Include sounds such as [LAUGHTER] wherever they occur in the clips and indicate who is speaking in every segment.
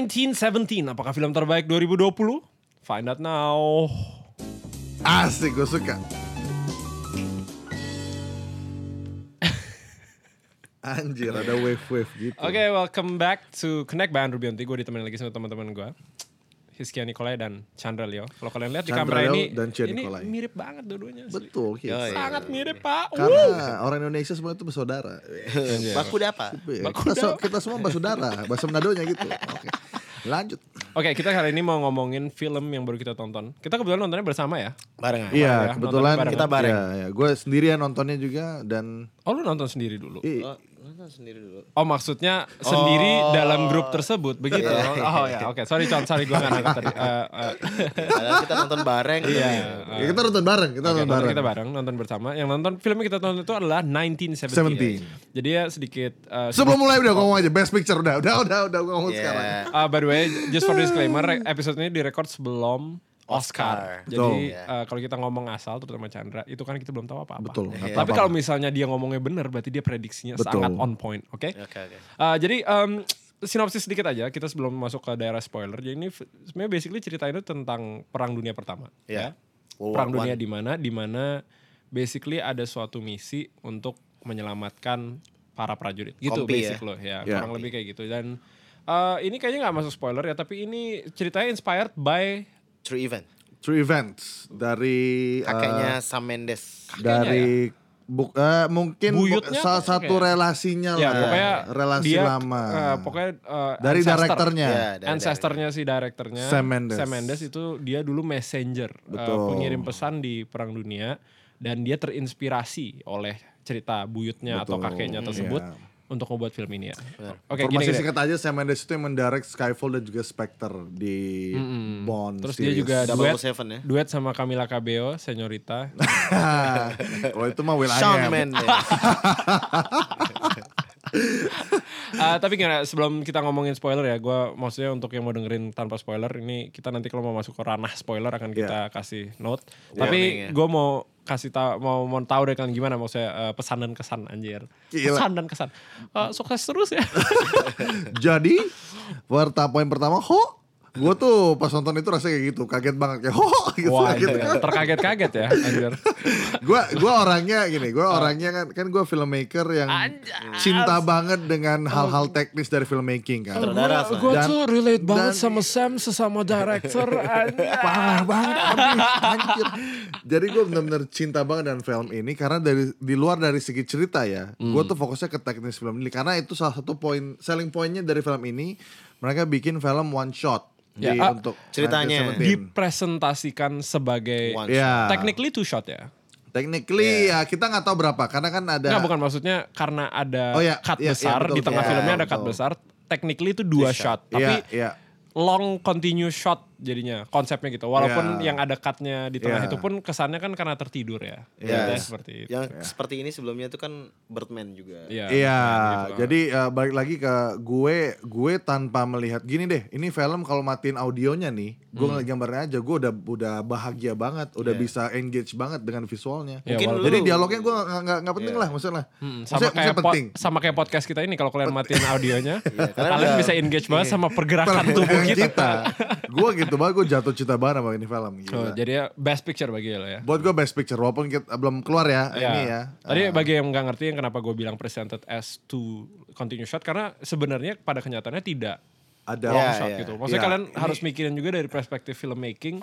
Speaker 1: 1917, apakah film terbaik 2020? Find out now.
Speaker 2: Asik, gue suka. Anjir, ada wave-wave gitu.
Speaker 1: Oke, welcome back to Connect Bahan Rubianti. Gue ditemenin lagi sama teman-teman gue. Hiskia Nikolai dan Chandra Leo. Kalau kalian lihat di
Speaker 2: Chandra
Speaker 1: kamera
Speaker 2: Leo
Speaker 1: ini,
Speaker 2: dan Cia
Speaker 1: ini
Speaker 2: Nikolai.
Speaker 1: mirip banget dua-duanya. Oh, iya. asli.
Speaker 2: Betul, Kis.
Speaker 3: Yoi.
Speaker 1: Sangat mirip, Pak. Wuh.
Speaker 2: Karena orang Indonesia semua itu bersaudara. Iya.
Speaker 3: Baku apa?
Speaker 2: Kita, so- kita semua bersaudara, bahasa Menadonya gitu. Oke. Lanjut.
Speaker 1: Oke, kita kali ini mau ngomongin film yang baru kita tonton. Kita kebetulan nontonnya bersama ya.
Speaker 3: Barengan.
Speaker 1: ya,
Speaker 2: Iya,
Speaker 1: nontonnya
Speaker 2: kebetulan
Speaker 1: bareng.
Speaker 3: Kita bareng.
Speaker 2: Iya, iya. Gue sendirian nontonnya juga dan
Speaker 1: Oh, lu nonton sendiri dulu.
Speaker 2: Ih,
Speaker 3: Oh, nonton sendiri dulu.
Speaker 1: Oh, maksudnya sendiri dalam grup tersebut begitu.
Speaker 2: Iya.
Speaker 1: Oh ya, oke. Sorry, Con, sorry gue nggak
Speaker 2: [LAUGHS]
Speaker 1: nangkep tadi. Eh, eh,
Speaker 3: Padahal kita nonton bareng.
Speaker 1: Iya.
Speaker 2: ya kita nonton bareng, kita
Speaker 1: Oke,
Speaker 2: nonton
Speaker 1: nonton
Speaker 2: bareng.
Speaker 1: kita bareng nonton bersama. Yang nonton filmnya kita tonton itu adalah 1917.
Speaker 2: 17.
Speaker 1: Jadi ya sedikit eh,
Speaker 2: Sebelum mulai udah ngomong aja best picture udah udah udah udah gua ngomong
Speaker 3: Iya.
Speaker 2: sekarang.
Speaker 1: [LAUGHS] Ah, by the way, just for disclaimer, re- episode ini direkod sebelum Oscar.
Speaker 3: Oscar.
Speaker 1: Jadi
Speaker 3: Betul.
Speaker 1: eh, kalau kita ngomong asal, terutama Chandra, itu kan kita belum tahu apa-apa.
Speaker 2: Betul, nggak
Speaker 1: Tapi
Speaker 2: tahu apa-apa.
Speaker 1: kalau misalnya dia ngomongnya benar, berarti dia prediksinya
Speaker 2: Betul.
Speaker 1: sangat on point. Oke.
Speaker 3: Oke, oke.
Speaker 1: Ah, jadi em, sinopsis sedikit aja. Kita sebelum masuk ke daerah spoiler. Jadi ini f- sebenarnya basically cerita itu tentang Perang Dunia Pertama. ya.
Speaker 3: Iya. World
Speaker 1: Perang
Speaker 3: War
Speaker 1: Dunia
Speaker 3: One.
Speaker 1: di mana? Di mana basically ada suatu misi untuk menyelamatkan para prajurit. Gitu
Speaker 3: Kompi
Speaker 1: basic
Speaker 3: ya.
Speaker 1: loh ya.
Speaker 2: Ya.
Speaker 1: Kurang lebih kayak gitu. Dan eh, ini kayaknya nggak masuk spoiler ya. Tapi ini ceritanya inspired by
Speaker 3: True event.
Speaker 2: True events dari eh,
Speaker 3: Kakeknya Sam Mendes.
Speaker 2: dari buk- eh, mungkin bu-
Speaker 1: ya? Buyutnya apa?
Speaker 2: salah satu
Speaker 1: Kayak-
Speaker 2: relasinya
Speaker 1: ya
Speaker 2: lah,
Speaker 1: pokoknya
Speaker 2: Nah, relasi
Speaker 1: dia,
Speaker 2: lama.
Speaker 1: eh, pokoknya eh,
Speaker 2: dari
Speaker 1: ancestor.
Speaker 2: direkturnya.
Speaker 3: Iya, dari-
Speaker 1: Ancestornya si direkturnya
Speaker 2: Sam Mendes.
Speaker 1: itu dia dulu messenger, eh,
Speaker 2: Betul.
Speaker 1: pengirim pesan di Perang Dunia dan dia terinspirasi oleh cerita buyutnya atau
Speaker 2: Betul.
Speaker 1: kakeknya tersebut
Speaker 2: Iya.
Speaker 1: untuk membuat film ini ya. Oke, gini,
Speaker 2: Informasi
Speaker 1: gini.
Speaker 2: singkat aja Sam Mendes itu yang mendirect Skyfall dan juga Spectre di Bond.
Speaker 1: Terus dia
Speaker 2: series.
Speaker 1: juga
Speaker 2: [LAUGHS]
Speaker 1: duet,
Speaker 3: 007 ya.
Speaker 1: duet sama Camila Cabello, Senorita.
Speaker 2: Kalau Oh, itu mah Will I
Speaker 1: Iya.
Speaker 3: Shawn
Speaker 2: Am.
Speaker 3: Mendes.
Speaker 1: Ah, Eh, tapi gimana sebelum kita ngomongin spoiler ya, gue maksudnya untuk yang mau dengerin tanpa spoiler ini kita nanti kalau mau masuk ke ranah spoiler akan
Speaker 2: Iya.
Speaker 1: kita kasih note. Tapi
Speaker 3: Warning ya.
Speaker 1: gue mau kasih tahu mau mau tahu deh kalian gimana maksudnya eh, pesan dan kesan anjir.
Speaker 2: Gila.
Speaker 1: Pesan dan kesan. Eh, sukses terus
Speaker 2: [LAUGHS]
Speaker 1: ya.
Speaker 2: Jadi pertama poin pertama ho Gue tuh pas nonton itu rasanya kayak gitu, kaget banget kayak ho [LAUGHS] gitu.
Speaker 1: Wah, iya,
Speaker 2: gitu.
Speaker 1: anjir, terkaget-kaget ya anjir.
Speaker 2: Gua gua orangnya gini,
Speaker 1: Ah.
Speaker 2: gua orangnya kan kan gua filmmaker yang cinta banget dengan
Speaker 1: Oh.
Speaker 2: hal-hal teknis dari filmmaking kan.
Speaker 3: Saudara, Flan.
Speaker 1: Gue
Speaker 2: Dan-
Speaker 1: tuh relate banget
Speaker 2: dan-
Speaker 1: sama Sam sesama director. anjir. [LAUGHS]
Speaker 2: parah banget anjir, anjir. Jadi gue bener-bener cinta banget dengan film ini karena dari di luar dari segi cerita ya,
Speaker 1: Hmm.
Speaker 2: gue tuh fokusnya ke teknis film ini karena itu salah satu poin selling pointnya dari film ini mereka bikin film one shot
Speaker 1: Ya,
Speaker 2: di
Speaker 1: ah,
Speaker 2: untuk
Speaker 3: ceritanya.
Speaker 2: 1917.
Speaker 1: Dipresentasikan sebagai
Speaker 3: One
Speaker 2: Ya.
Speaker 1: technically two shot ya.
Speaker 2: Technically ya kita nggak tahu berapa karena kan ada
Speaker 1: Nggak Nah, bukan maksudnya karena ada
Speaker 2: Oh, iya.
Speaker 1: cut
Speaker 2: Iya, iya,
Speaker 1: besar
Speaker 2: betul,
Speaker 1: di tengah
Speaker 2: iya,
Speaker 1: filmnya ada cut
Speaker 2: betul.
Speaker 1: besar. Technically itu dua shot, tapi
Speaker 2: Iya, iya.
Speaker 1: long continuous shot jadinya konsepnya gitu. Walaupun
Speaker 2: Iya.
Speaker 1: yang ada cutnya di tengah
Speaker 2: Iya.
Speaker 1: itu pun kesannya kan karena tertidur ya. Gitu ya,
Speaker 3: Yes.
Speaker 1: seperti itu.
Speaker 3: Yang seperti ini sebelumnya itu kan Birdman juga.
Speaker 1: Iya.
Speaker 2: Iya,
Speaker 1: gitu.
Speaker 2: jadi eh, balik lagi ke gue, gue tanpa melihat gini deh, ini film kalau matiin audionya nih, gue
Speaker 1: Hmm.
Speaker 2: ngeliat gambarnya aja, gue udah udah bahagia banget, udah
Speaker 1: Iya.
Speaker 2: bisa engage banget dengan visualnya.
Speaker 1: Mungkin
Speaker 3: walaupun-
Speaker 2: jadi dialognya gue nggak nggak- nggak penting lah, maksudnya lah,
Speaker 1: Iya, Hmm,
Speaker 2: maksudnya,
Speaker 1: sama kayak
Speaker 2: maksudnya
Speaker 1: po-
Speaker 2: penting. Iya,
Speaker 1: sama kayak podcast kita ini kalau kalian matiin
Speaker 2: [LAUGHS]
Speaker 1: audionya,
Speaker 3: karena
Speaker 1: kalian
Speaker 3: ada-
Speaker 1: bisa engage banget sama pergerakan tubuh kita.
Speaker 2: Perhatian kita, gue gitu banget, gue jatuh cinta banget sama ini film. gila.
Speaker 1: Oh, jadi ya best picture bagi lo ya.
Speaker 2: Buat gue best picture, walaupun kita, belum keluar ya,
Speaker 1: Ya.
Speaker 2: ini ya.
Speaker 1: Tadi bagi yang nggak ngerti yang kenapa gue bilang presented as to continue shot karena sebenarnya pada kenyataannya tidak
Speaker 2: Ada
Speaker 1: long
Speaker 3: Ya,
Speaker 1: shot
Speaker 3: ya.
Speaker 1: gitu. Maksudnya
Speaker 2: Ya,
Speaker 1: kalian harus mikirin juga dari perspektif filmmaking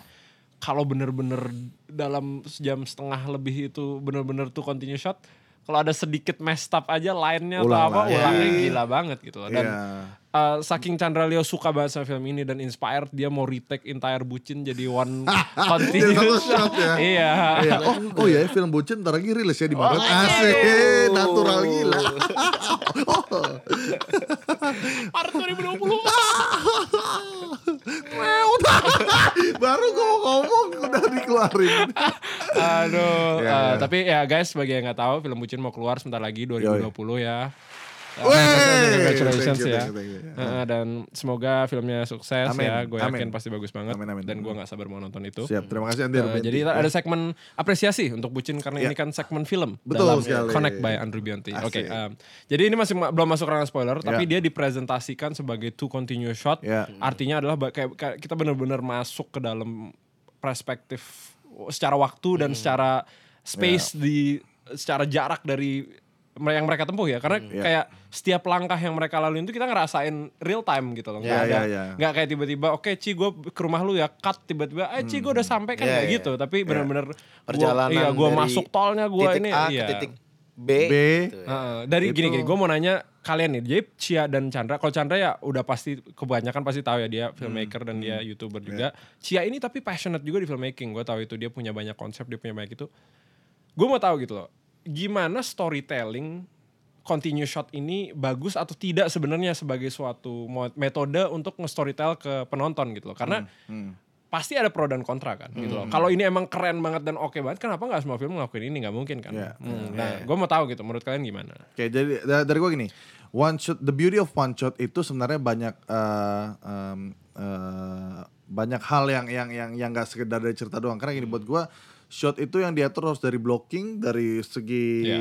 Speaker 1: kalau bener-bener dalam sejam setengah lebih itu bener-bener tuh continue shot kalau ada sedikit messed up aja line-nya atau
Speaker 2: Ulang
Speaker 1: apa
Speaker 2: lagi.
Speaker 1: ulangnya gila banget gitu loh. Dan
Speaker 2: Iya.
Speaker 1: uh, saking Chandra Leo suka banget sama film ini dan inspired dia mau retake entire bucin jadi one
Speaker 2: [LAUGHS] Jadi satu
Speaker 1: continuous
Speaker 2: shot ya.
Speaker 1: iya.
Speaker 2: Iya.
Speaker 1: [LAUGHS]
Speaker 2: Oh, oh ya film bucin ntar lagi rilis ya
Speaker 1: Oh,
Speaker 2: di Maret. Asik, natural gila.
Speaker 1: Maret 2020.
Speaker 2: Meow. Baru gue ngomong udah dikeluarin.
Speaker 1: Aduh, eh,
Speaker 2: Ya, ya.
Speaker 1: tapi ya guys bagi yang nggak tahu film Bucin mau keluar sebentar lagi 2020 ya.
Speaker 2: Wey,
Speaker 1: Congratulations
Speaker 2: thank
Speaker 1: ya.
Speaker 2: you, thank you, thank you.
Speaker 1: Heeh, dan semoga filmnya sukses
Speaker 2: Amin,
Speaker 1: ya. Gue yakin
Speaker 2: amin.
Speaker 1: pasti bagus banget.
Speaker 2: Amin, amin.
Speaker 1: Dan gue nggak sabar mau nonton itu.
Speaker 2: Siap, terima kasih Andi
Speaker 1: Eh,
Speaker 2: Rubianti.
Speaker 1: jadi ada segmen apresiasi untuk Bucin karena ini kan segmen film
Speaker 2: Iya. Betul
Speaker 1: dalam
Speaker 2: sekali.
Speaker 1: Connect by Andrew Bianti.
Speaker 2: Asik.
Speaker 1: Oke,
Speaker 2: Iya.
Speaker 1: em, jadi ini masih ma- belum masuk ranah spoiler, tapi dia dipresentasikan sebagai two continuous shot.
Speaker 2: Ya.
Speaker 1: Artinya adalah ba- kayak, kayak kita benar-benar masuk ke dalam perspektif secara waktu
Speaker 2: Hmm.
Speaker 1: dan secara space
Speaker 2: Iya.
Speaker 1: di secara jarak dari mere- yang mereka tempuh ya.
Speaker 2: Hmm.
Speaker 1: Karena
Speaker 2: Iya.
Speaker 1: kayak setiap langkah yang mereka lalui itu kita ngerasain real time gitu loh.
Speaker 3: Iya,
Speaker 1: Nggak
Speaker 2: Ya,
Speaker 1: ada
Speaker 2: ya, ya.
Speaker 1: nggak kayak tiba-tiba oke Ci gue ke rumah lu ya cut tiba-tiba eh Ci gue udah sampai kan
Speaker 3: Iya,
Speaker 1: nggak
Speaker 3: iya.
Speaker 1: gitu tapi benar-benar gua-
Speaker 3: Perjalanan
Speaker 1: iya gue
Speaker 3: dari
Speaker 1: masuk tolnya gue
Speaker 3: titik
Speaker 1: ini
Speaker 3: A
Speaker 1: iya.
Speaker 3: ke titik B.
Speaker 2: B.
Speaker 3: gitu ya.
Speaker 1: Heeh, dari gini gini gue mau nanya kalian nih jadi Cia dan Chandra kalau Chandra ya udah pasti kebanyakan pasti tahu ya dia
Speaker 3: Hmm.
Speaker 1: filmmaker dan dia youtuber juga
Speaker 3: Iya.
Speaker 1: Cia ini tapi passionate juga di filmmaking gue tahu itu dia punya banyak konsep dia punya banyak itu gue mau tahu gitu loh gimana storytelling continue shot ini bagus atau tidak sebenarnya sebagai suatu mo- metode untuk nge-storytell ke penonton gitu loh karena pasti ada pro dan kontra kan gitu loh kalau ini emang keren banget dan oke banget kenapa nggak semua film ngelakuin ini nggak mungkin kan
Speaker 2: Iya.
Speaker 1: Hmm, nah gue mau tahu gitu menurut kalian gimana
Speaker 2: Oke, jadi da- dari gua gini, one shot, the beauty of one shot itu sebenarnya banyak eh, em, eh, banyak hal yang yang yang yang gak sekedar dari cerita doang. Karena
Speaker 1: Hmm.
Speaker 2: gini buat gua, shot itu yang diatur harus dari blocking, dari segi
Speaker 1: Iya.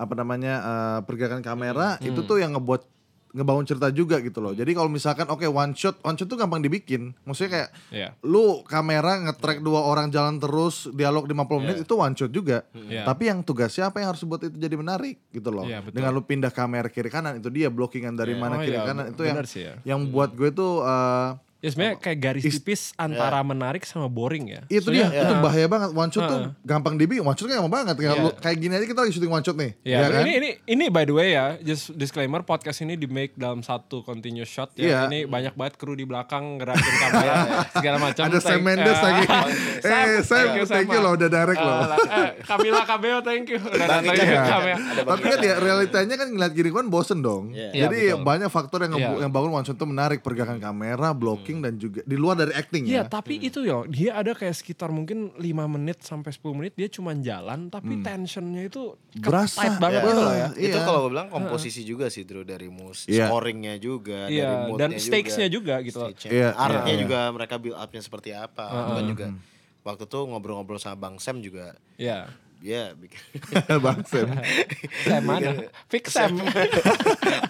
Speaker 2: apa namanya eh, pergerakan kamera,
Speaker 1: Hmm.
Speaker 2: itu tuh yang ngebuat ngebangun cerita juga gitu loh. Jadi kalau misalkan oke one shot, one shot tuh gampang dibikin. Maksudnya kayak
Speaker 1: Iya.
Speaker 2: lu kamera nge-track dua orang jalan terus dialog 50 menit itu one shot juga.
Speaker 1: Iya.
Speaker 2: Tapi yang tugasnya apa yang harus buat itu jadi menarik gitu loh.
Speaker 1: Iya, betul.
Speaker 2: Dengan lu pindah kamera kiri kanan itu dia blockingan dari
Speaker 1: Iya.
Speaker 2: mana
Speaker 1: Oh,
Speaker 2: kiri
Speaker 1: iya,
Speaker 2: kanan itu yang
Speaker 1: benar sih ya.
Speaker 2: yang buat gue tuh eh,
Speaker 1: ya sebenarnya kayak garis tipis antara menarik sama boring ya
Speaker 2: itu
Speaker 1: Soalnya,
Speaker 2: dia itu bahaya banget one shot tuh
Speaker 1: Heeh.
Speaker 2: gampang dibikin one shot kan gampang banget kayak,
Speaker 1: Iya.
Speaker 2: lu- kayak gini aja kita lagi syuting one shot nih
Speaker 1: Ya,
Speaker 2: ya kan
Speaker 1: ini ini ini by the way ya, just disclaimer podcast ini di make dalam satu continuous shot ya.
Speaker 2: Iya.
Speaker 1: Ini banyak banget kru di belakang gerakin
Speaker 2: [LAUGHS]
Speaker 1: kamera segala macam.
Speaker 2: ada Sam
Speaker 1: Thank-
Speaker 2: Mendes
Speaker 1: eh,
Speaker 2: lagi
Speaker 1: Sam,
Speaker 2: [LAUGHS] eh Sam thank you
Speaker 1: Sam.
Speaker 2: loh udah direct
Speaker 1: Eh,
Speaker 2: loh
Speaker 1: [LAUGHS] eh, Kamila Kabeo thank you. Udah datang
Speaker 3: Ikan,
Speaker 1: ya,
Speaker 3: Bang
Speaker 1: Kamea.
Speaker 3: Ikan. Ada Bang
Speaker 2: tapi kan ya realitanya kan ngeliat gini kan bosen dong.
Speaker 1: Iya,
Speaker 2: Jadi ya
Speaker 1: betul.
Speaker 2: banyak faktor yang ngebu-
Speaker 1: Iya. Hmm.
Speaker 2: yang bangun one shot tuh menarik pergerakan kamera, blocking dan juga di luar dari acting
Speaker 1: Iya,
Speaker 2: ya.
Speaker 1: tapi itu ya dia ada kayak sekitar mungkin 5 menit sampai 10 menit dia cuman jalan tapi tensionnya itu ke-
Speaker 2: Hmm. Berasa.
Speaker 1: tight banget
Speaker 2: Iya.
Speaker 1: gitu loh ya.
Speaker 3: Itu
Speaker 2: Iya.
Speaker 3: kalau gue bilang komposisi juga sih Drew dari mus
Speaker 2: Iya.
Speaker 3: scoringnya juga, dari
Speaker 1: Iya,
Speaker 3: moodnya
Speaker 1: dan stakes-nya juga gitu loh.
Speaker 3: Stage-nya.
Speaker 2: Iya,
Speaker 3: Artnya
Speaker 2: iya. Hmm.
Speaker 3: juga mereka build up-nya seperti apa. Bukan juga waktu tuh ngobrol-ngobrol sama Bang Sam juga
Speaker 1: Iya.
Speaker 3: ya bikin [LAUGHS]
Speaker 2: [LAUGHS] Bang
Speaker 1: [LAUGHS]
Speaker 2: Sam.
Speaker 1: Sam [LAUGHS] mana? Fix Sam.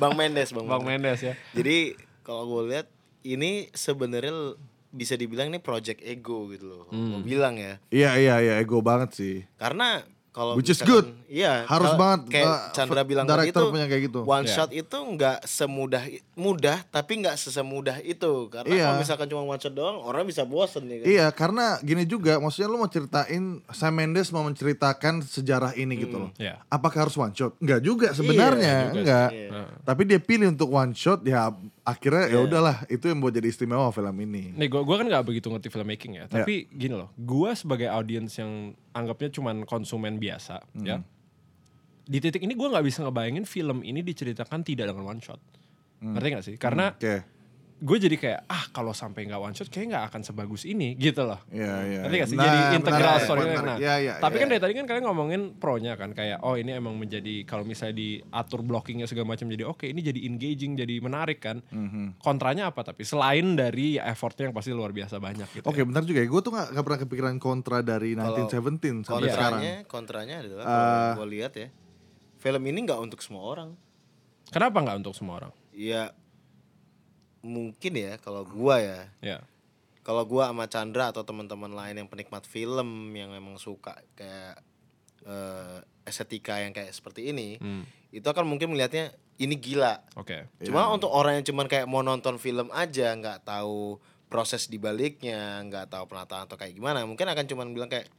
Speaker 3: Bang Mendes, Bang,
Speaker 1: Bang
Speaker 3: Mendes.
Speaker 1: Mendes ya.
Speaker 3: Jadi kalau gue lihat ini sebenarnya l- bisa dibilang ini project ego gitu loh. Gue bilang ya.
Speaker 2: Iya iya iya ego banget sih.
Speaker 3: Karena kalau
Speaker 2: Which is
Speaker 3: misalkan-
Speaker 2: good.
Speaker 3: Iya.
Speaker 2: Harus
Speaker 3: kalau
Speaker 2: banget,
Speaker 3: Kayak
Speaker 2: uh,
Speaker 3: Chandra bilang
Speaker 2: director
Speaker 3: tadi itu,
Speaker 2: punya kayak gitu.
Speaker 3: One
Speaker 1: Iya.
Speaker 3: shot itu nggak semudah i- mudah, tapi nggak sesemudah itu. Karena
Speaker 2: Iya.
Speaker 3: kalau misalkan cuma one shot doang, orang bisa bosen nih. Kan?
Speaker 2: Iya karena gini juga maksudnya lu mau ceritain Sam Mendes mau menceritakan sejarah ini gitu loh.
Speaker 1: Iya.
Speaker 2: Apakah harus one shot? Enggak juga sebenarnya,
Speaker 3: juga sih,
Speaker 2: enggak.
Speaker 3: iya.
Speaker 2: Tapi dia pilih untuk one shot ya akhirnya
Speaker 1: Iya.
Speaker 2: ya udahlah itu yang buat jadi istimewa film ini.
Speaker 1: Nih gue kan nggak begitu ngerti filmmaking ya, tapi gini loh, gue sebagai audiens yang anggapnya cuman konsumen biasa, ya. Di titik ini gue nggak bisa ngebayangin film ini diceritakan tidak dengan one shot, ngerti gak sih? Karena
Speaker 2: Oke.
Speaker 1: gue jadi kayak ah kalau sampai nggak one shot kayaknya nggak akan sebagus ini gitu loh.
Speaker 2: Iya iya.
Speaker 1: Ngerti gak sih?
Speaker 2: Nah,
Speaker 1: Jadi
Speaker 2: menarik,
Speaker 1: integral
Speaker 2: menarik,
Speaker 1: story-nya.
Speaker 2: menarik.
Speaker 1: Nah,
Speaker 2: Iya iya.
Speaker 1: tapi
Speaker 2: iya.
Speaker 1: kan dari tadi kan kalian ngomongin pro-nya kan kayak oh ini emang menjadi kalau misalnya diatur blockingnya segala macam jadi oke ini jadi engaging jadi menarik kan.
Speaker 2: Mhm.
Speaker 1: Kontranya apa tapi selain dari ya, effortnya yang pasti luar biasa banyak gitu.
Speaker 2: Oke bentar juga ya, gue tuh gak, gak pernah kepikiran kontra dari 1917 sampai sekarang Ah.
Speaker 3: kontranya, kontranya adalah kalau gue lihat ya, film ini nggak untuk semua orang.
Speaker 1: Kenapa nggak untuk semua orang?
Speaker 3: Ya mungkin ya kalau gua ya,
Speaker 1: Ya.
Speaker 3: kalau gua sama Chandra atau teman-teman lain yang penikmat film yang memang suka kayak eh, estetika yang kayak seperti ini,
Speaker 1: Hmm.
Speaker 3: itu akan mungkin melihatnya ini gila.
Speaker 1: Oke.
Speaker 3: Cuma untuk orang yang cuman kayak mau nonton film aja, nggak tahu proses dibaliknya, nggak tahu penataan atau kayak gimana, mungkin akan cuman bilang kayak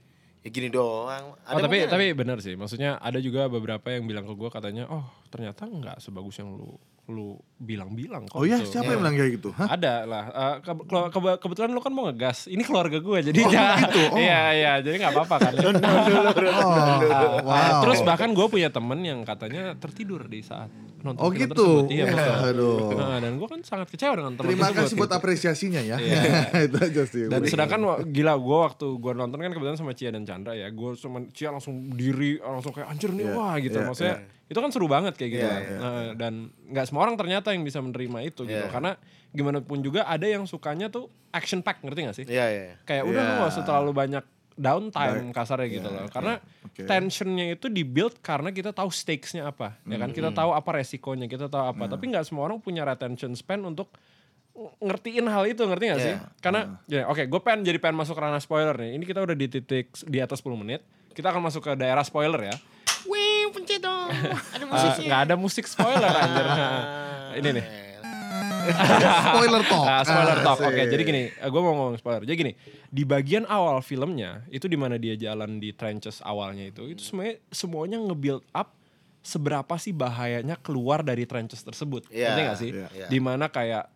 Speaker 3: ya gini doang.
Speaker 1: Oh, tapi
Speaker 3: mungkin-
Speaker 1: tapi benar sih. Maksudnya ada juga beberapa yang bilang ke gue katanya, "Oh, ternyata nggak sebagus yang lu lu bilang-bilang kok."
Speaker 2: Oh iya
Speaker 1: gitu."
Speaker 2: siapa yang bilang kayak gitu?
Speaker 1: [LAUGHS]
Speaker 2: Hah?
Speaker 1: Ada lah. Eh, ke- ke- ke- kebetulan lu kan mau ngegas. Ini keluarga gue jadi jangan-
Speaker 2: gitu?
Speaker 1: Iya iya, jadi nggak apa-apa
Speaker 2: [LAUGHS]
Speaker 1: kan.
Speaker 2: Oh,
Speaker 1: Ah,
Speaker 2: wow. Oh,
Speaker 1: Nah, Terus bahkan gue punya temen yang katanya tertidur di saat nonton
Speaker 2: Oh
Speaker 1: film
Speaker 2: gitu.
Speaker 1: tersebut. Iya,
Speaker 2: Ya,
Speaker 1: betul.
Speaker 2: aduh.
Speaker 1: Nah, dan gue kan sangat kecewa dengan teman
Speaker 2: Terima
Speaker 1: tersebut
Speaker 2: kasih buat
Speaker 1: gitu.
Speaker 2: apresiasinya ya. [LAUGHS] Itu aja sih.
Speaker 1: Iya. Dan sedangkan wa- gila gue waktu gue nonton kan kebetulan sama Cia dan Chandra ya. Gue sama Cia langsung diri langsung kayak anjir nih
Speaker 2: Iya,
Speaker 1: wah gitu.
Speaker 2: iya,
Speaker 1: Maksudnya itu kan seru banget kayak gitu.
Speaker 3: Iya,
Speaker 1: kan.
Speaker 3: iya,
Speaker 1: Nah, dan nggak semua orang ternyata yang bisa menerima itu gitu.
Speaker 3: Iya.
Speaker 1: Karena gimana pun juga ada yang sukanya tuh action pack ngerti gak sih?
Speaker 3: Iya,
Speaker 4: ya.
Speaker 3: iya.
Speaker 1: Kayak udah lu
Speaker 2: Iya.
Speaker 1: gak usah terlalu banyak downtime kasarnya gitu loh. Karena
Speaker 2: iya. Oke.
Speaker 1: tensionnya itu dibuild karena kita tahu stakesnya apa. Ya kan kita tahu apa resikonya, kita tahu
Speaker 2: Iya.
Speaker 1: apa. Tapi nggak semua orang punya retention span untuk ng- ngertiin hal itu, ngerti
Speaker 2: Iya,
Speaker 1: gak sih? Karena ya, oke, gue pengen jadi pengen masuk ranah spoiler nih. Ini kita udah di titik s- di atas 10 menit. Kita akan masuk ke daerah spoiler ya.
Speaker 4: Wih, pencet dong. Ada
Speaker 1: Eh,
Speaker 4: musiknya.
Speaker 1: Nggak ada musik spoiler
Speaker 4: [LAUGHS]
Speaker 1: anjir. Ini nih.
Speaker 2: spoiler talk.
Speaker 1: Ah, spoiler talk. Oke,
Speaker 2: Asik.
Speaker 1: jadi gini, gue mau ngomong spoiler. Jadi gini, di bagian awal filmnya itu di mana dia jalan di trenches awalnya itu, itu semuanya semuanya nge-build up seberapa sih bahayanya keluar dari trenches tersebut.
Speaker 3: Iya,
Speaker 1: Ngerti nggak sih?
Speaker 3: iya.
Speaker 1: Di mana kayak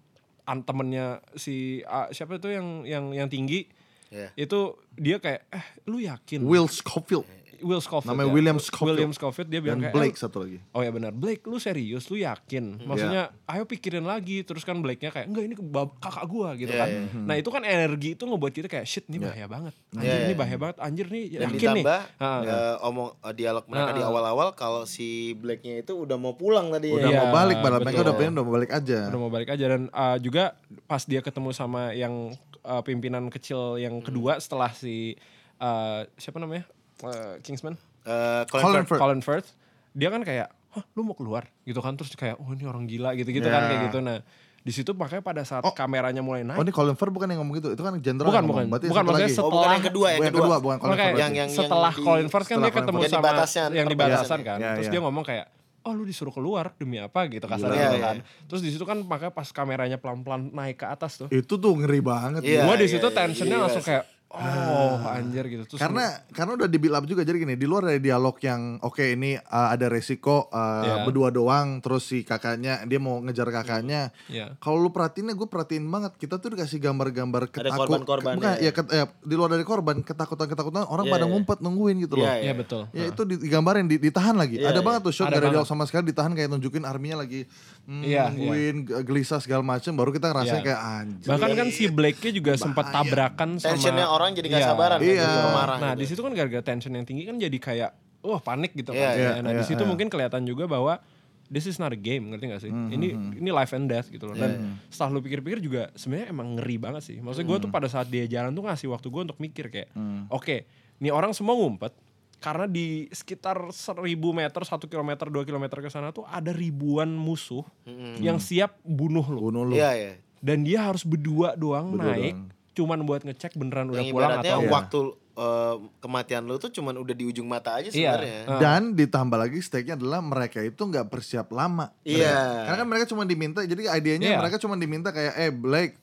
Speaker 1: an temennya si ah, siapa itu yang yang yang tinggi
Speaker 3: Iya.
Speaker 1: itu dia kayak eh lu yakin
Speaker 2: Will Scofield
Speaker 1: Will Scofield
Speaker 2: Namanya
Speaker 1: ya?
Speaker 2: William Scofield.
Speaker 1: William Scofield dia bilang kayak
Speaker 2: dan
Speaker 1: "Eh,
Speaker 2: Blake satu lagi.
Speaker 1: Oh ya benar, Blake lu serius, lu yakin? Maksudnya ayo pikirin lagi. Terus kan Blake-nya kayak enggak ini kebab- kakak gua gitu
Speaker 3: Iya,
Speaker 1: kan.
Speaker 3: iya.
Speaker 1: Nah, itu kan energi itu ngebuat kita kayak shit nih bahaya banget. Anjir
Speaker 3: Iya,
Speaker 1: nih
Speaker 3: iya.
Speaker 1: bahaya banget. Anjir nih
Speaker 3: Dan
Speaker 1: yakin nih. Ah,
Speaker 3: ditambah
Speaker 1: Heeh.
Speaker 3: eh, omong eh, dialog mereka
Speaker 1: Heeh.
Speaker 3: di awal-awal kalau si Black-nya itu udah mau pulang tadi
Speaker 2: Udah
Speaker 1: Iya,
Speaker 2: mau balik padahal mereka
Speaker 1: betul.
Speaker 2: udah pengen udah mau balik aja.
Speaker 1: Udah mau balik aja dan eh, juga pas dia ketemu sama yang eh, pimpinan kecil yang kedua setelah si eh, siapa namanya? Eh, Kingsman.
Speaker 3: Eh, Colin
Speaker 2: Colin
Speaker 3: Firth.
Speaker 2: Firth.
Speaker 1: Colin Firth, dia kan kayak, "Hah, lu mau keluar?" gitu kan terus kayak, "Oh, ini orang gila" gitu-gitu kan
Speaker 2: Ya.
Speaker 1: kayak gitu. Nah, di situ makanya pada saat kameranya mulai naik
Speaker 2: Oh ini Colin Firth bukan yang ngomong gitu, itu kan
Speaker 1: Bukan,
Speaker 2: jenderal yang ngomong.
Speaker 1: bukan.
Speaker 2: Berarti
Speaker 1: Bukan,
Speaker 2: satu
Speaker 1: maksudnya
Speaker 2: lagi.
Speaker 1: se-
Speaker 3: Oh, bukan yang kedua, yang
Speaker 2: Bukan
Speaker 3: kedua.
Speaker 2: bukan Colin
Speaker 1: Oke,
Speaker 2: Firth.
Speaker 1: yang,
Speaker 3: Yang- yang- yang
Speaker 1: setelah
Speaker 3: di-
Speaker 1: Colin Firth kan
Speaker 2: setelah
Speaker 1: dia ketemu
Speaker 2: Colin
Speaker 3: Firth. Yang
Speaker 1: sama
Speaker 3: Iya, di batasan,
Speaker 1: yang di
Speaker 3: perbatasan.
Speaker 1: batasan kan,
Speaker 2: Ya,
Speaker 1: terus
Speaker 2: ya.
Speaker 1: dia ngomong kayak, oh lu disuruh keluar demi apa gitu kasarnya
Speaker 3: Iya,
Speaker 1: gitu
Speaker 3: iya.
Speaker 1: kan, terus di situ kan makanya pas kameranya pelan-pelan naik ke atas tuh,
Speaker 2: Itu tuh ngeri banget.
Speaker 3: Iya.
Speaker 1: gua di
Speaker 3: iya,
Speaker 1: situ
Speaker 3: iya,
Speaker 1: tensionnya
Speaker 3: iya,
Speaker 1: langsung
Speaker 3: sih.
Speaker 1: kayak, oh anjir gitu, terus
Speaker 2: karena karena udah di build up juga jadi gini di luar dari dialog yang oke ini uh, ada resiko uh,
Speaker 1: Iya.
Speaker 2: berdua doang terus si kakaknya dia mau ngejar kakaknya
Speaker 1: Iya.
Speaker 2: kalau lu perhatiinnya gue perhatiin banget kita tuh dikasih gambar-gambar
Speaker 3: Ada
Speaker 2: ketakut
Speaker 3: korban-korban,
Speaker 2: bukan
Speaker 3: ya.
Speaker 2: ya, ket- eh, di luar dari korban ketakutan-ketakutan orang
Speaker 3: Iya,
Speaker 2: pada
Speaker 3: iya.
Speaker 2: ngumpet nungguin gitu loh
Speaker 3: Iya,
Speaker 1: iya betul,
Speaker 2: Ya itu di- digambarin di- ditahan lagi.
Speaker 3: Iya,
Speaker 2: ada
Speaker 3: iya.
Speaker 2: banget tuh shot
Speaker 1: Ada
Speaker 2: dari
Speaker 1: banget.
Speaker 2: dialog sama sekali ditahan kayak nunjukin arminya lagi
Speaker 1: Iya,
Speaker 2: hmm,
Speaker 1: iya.
Speaker 2: nungguin ge- gelisah segala macem baru kita ngerasain
Speaker 1: Iya.
Speaker 2: kayak anjir.
Speaker 1: bahkan kan si Blake-nya juga sempat tabrakan sama,
Speaker 3: Tensionnya orang jadi nggak
Speaker 1: Iya.
Speaker 3: sabaran, kan,
Speaker 2: Iya.
Speaker 3: jadi marah.
Speaker 1: Nah,
Speaker 3: gitu.
Speaker 1: di situ kan gara-gara tension yang tinggi kan jadi kayak wah panik gitu
Speaker 3: Iya,
Speaker 1: kan.
Speaker 3: iya,
Speaker 1: nah,
Speaker 2: iya,
Speaker 1: di situ
Speaker 2: iya.
Speaker 1: mungkin kelihatan juga bahwa this is not a game, ngerti gak sih? Ini ini life and death gitu loh. Dan setelah lu pikir-pikir juga sebenarnya emang ngeri banget sih. Maksudnya gue tuh pada saat dia jalan tuh ngasih waktu gue untuk mikir kayak, oke, nih orang semua ngumpet karena di sekitar 1000 meter, 1 kilometer, 2 kilometer ke sana tuh ada ribuan musuh
Speaker 3: Hmm.
Speaker 1: yang siap bunuh lu.
Speaker 2: bunuh lu.
Speaker 3: Iya, iya.
Speaker 1: Dan dia harus berdua doang naik cuman buat ngecek beneran udah
Speaker 3: Yang
Speaker 1: pulang
Speaker 3: ibaratnya
Speaker 1: atau
Speaker 3: waktu eh, kematian lu tuh cuman udah di ujung mata aja
Speaker 1: Iya.
Speaker 3: sebenarnya.
Speaker 2: Dan ditambah lagi stake-nya adalah mereka itu nggak bersiap lama.
Speaker 3: Iya.
Speaker 2: Mereka- Karena kan mereka cuma diminta, jadi idenya
Speaker 1: Iya.
Speaker 2: mereka cuma diminta kayak, eh Blake,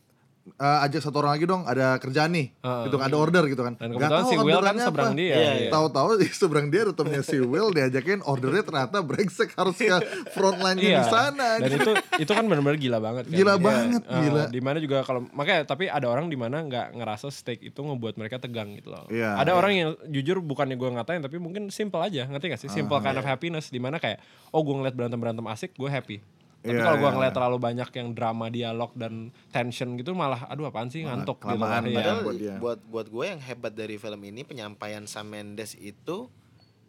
Speaker 2: eh, ajak satu orang lagi dong, ada kerjaan nih, gitu kan, ada order gitu kan.
Speaker 1: Dan
Speaker 2: Nggak
Speaker 1: kebetulan
Speaker 2: tahu
Speaker 1: si Will kan
Speaker 2: orderannya
Speaker 1: seberang
Speaker 2: apa.
Speaker 1: dia.
Speaker 3: Iya, iya.
Speaker 2: Tahu-tahu [LAUGHS] di seberang dia returnnya si Will diajakin ordernya ternyata brengsek harus ke frontline nya di sana.
Speaker 1: Iya.
Speaker 2: gitu.
Speaker 1: Dan itu itu kan benar-benar gila banget kan.
Speaker 2: Gila banget, gila.
Speaker 1: Di mana juga kalau makanya tapi ada orang di mana nggak ngerasa steak itu ngebuat mereka tegang gitu loh.
Speaker 2: Iya,
Speaker 1: ada
Speaker 2: iya.
Speaker 1: orang yang jujur bukannya gue ngatain tapi mungkin simple aja ngerti gak sih?
Speaker 2: Ah,
Speaker 1: Simple
Speaker 2: iya.
Speaker 1: kind of happiness di mana kayak oh gue ngeliat berantem berantem asik gue happy. Tapi
Speaker 2: Iya,
Speaker 1: kalau gue
Speaker 2: iya.
Speaker 1: ngeliat terlalu banyak yang drama, dialog dan tension gitu malah aduh apaan sih ngantuk gitu.
Speaker 2: kelamaan
Speaker 1: Iya.
Speaker 2: padahal.
Speaker 3: Padahal
Speaker 2: buat dia.
Speaker 3: buat buat gue yang hebat dari film ini penyampaian Sam Mendes itu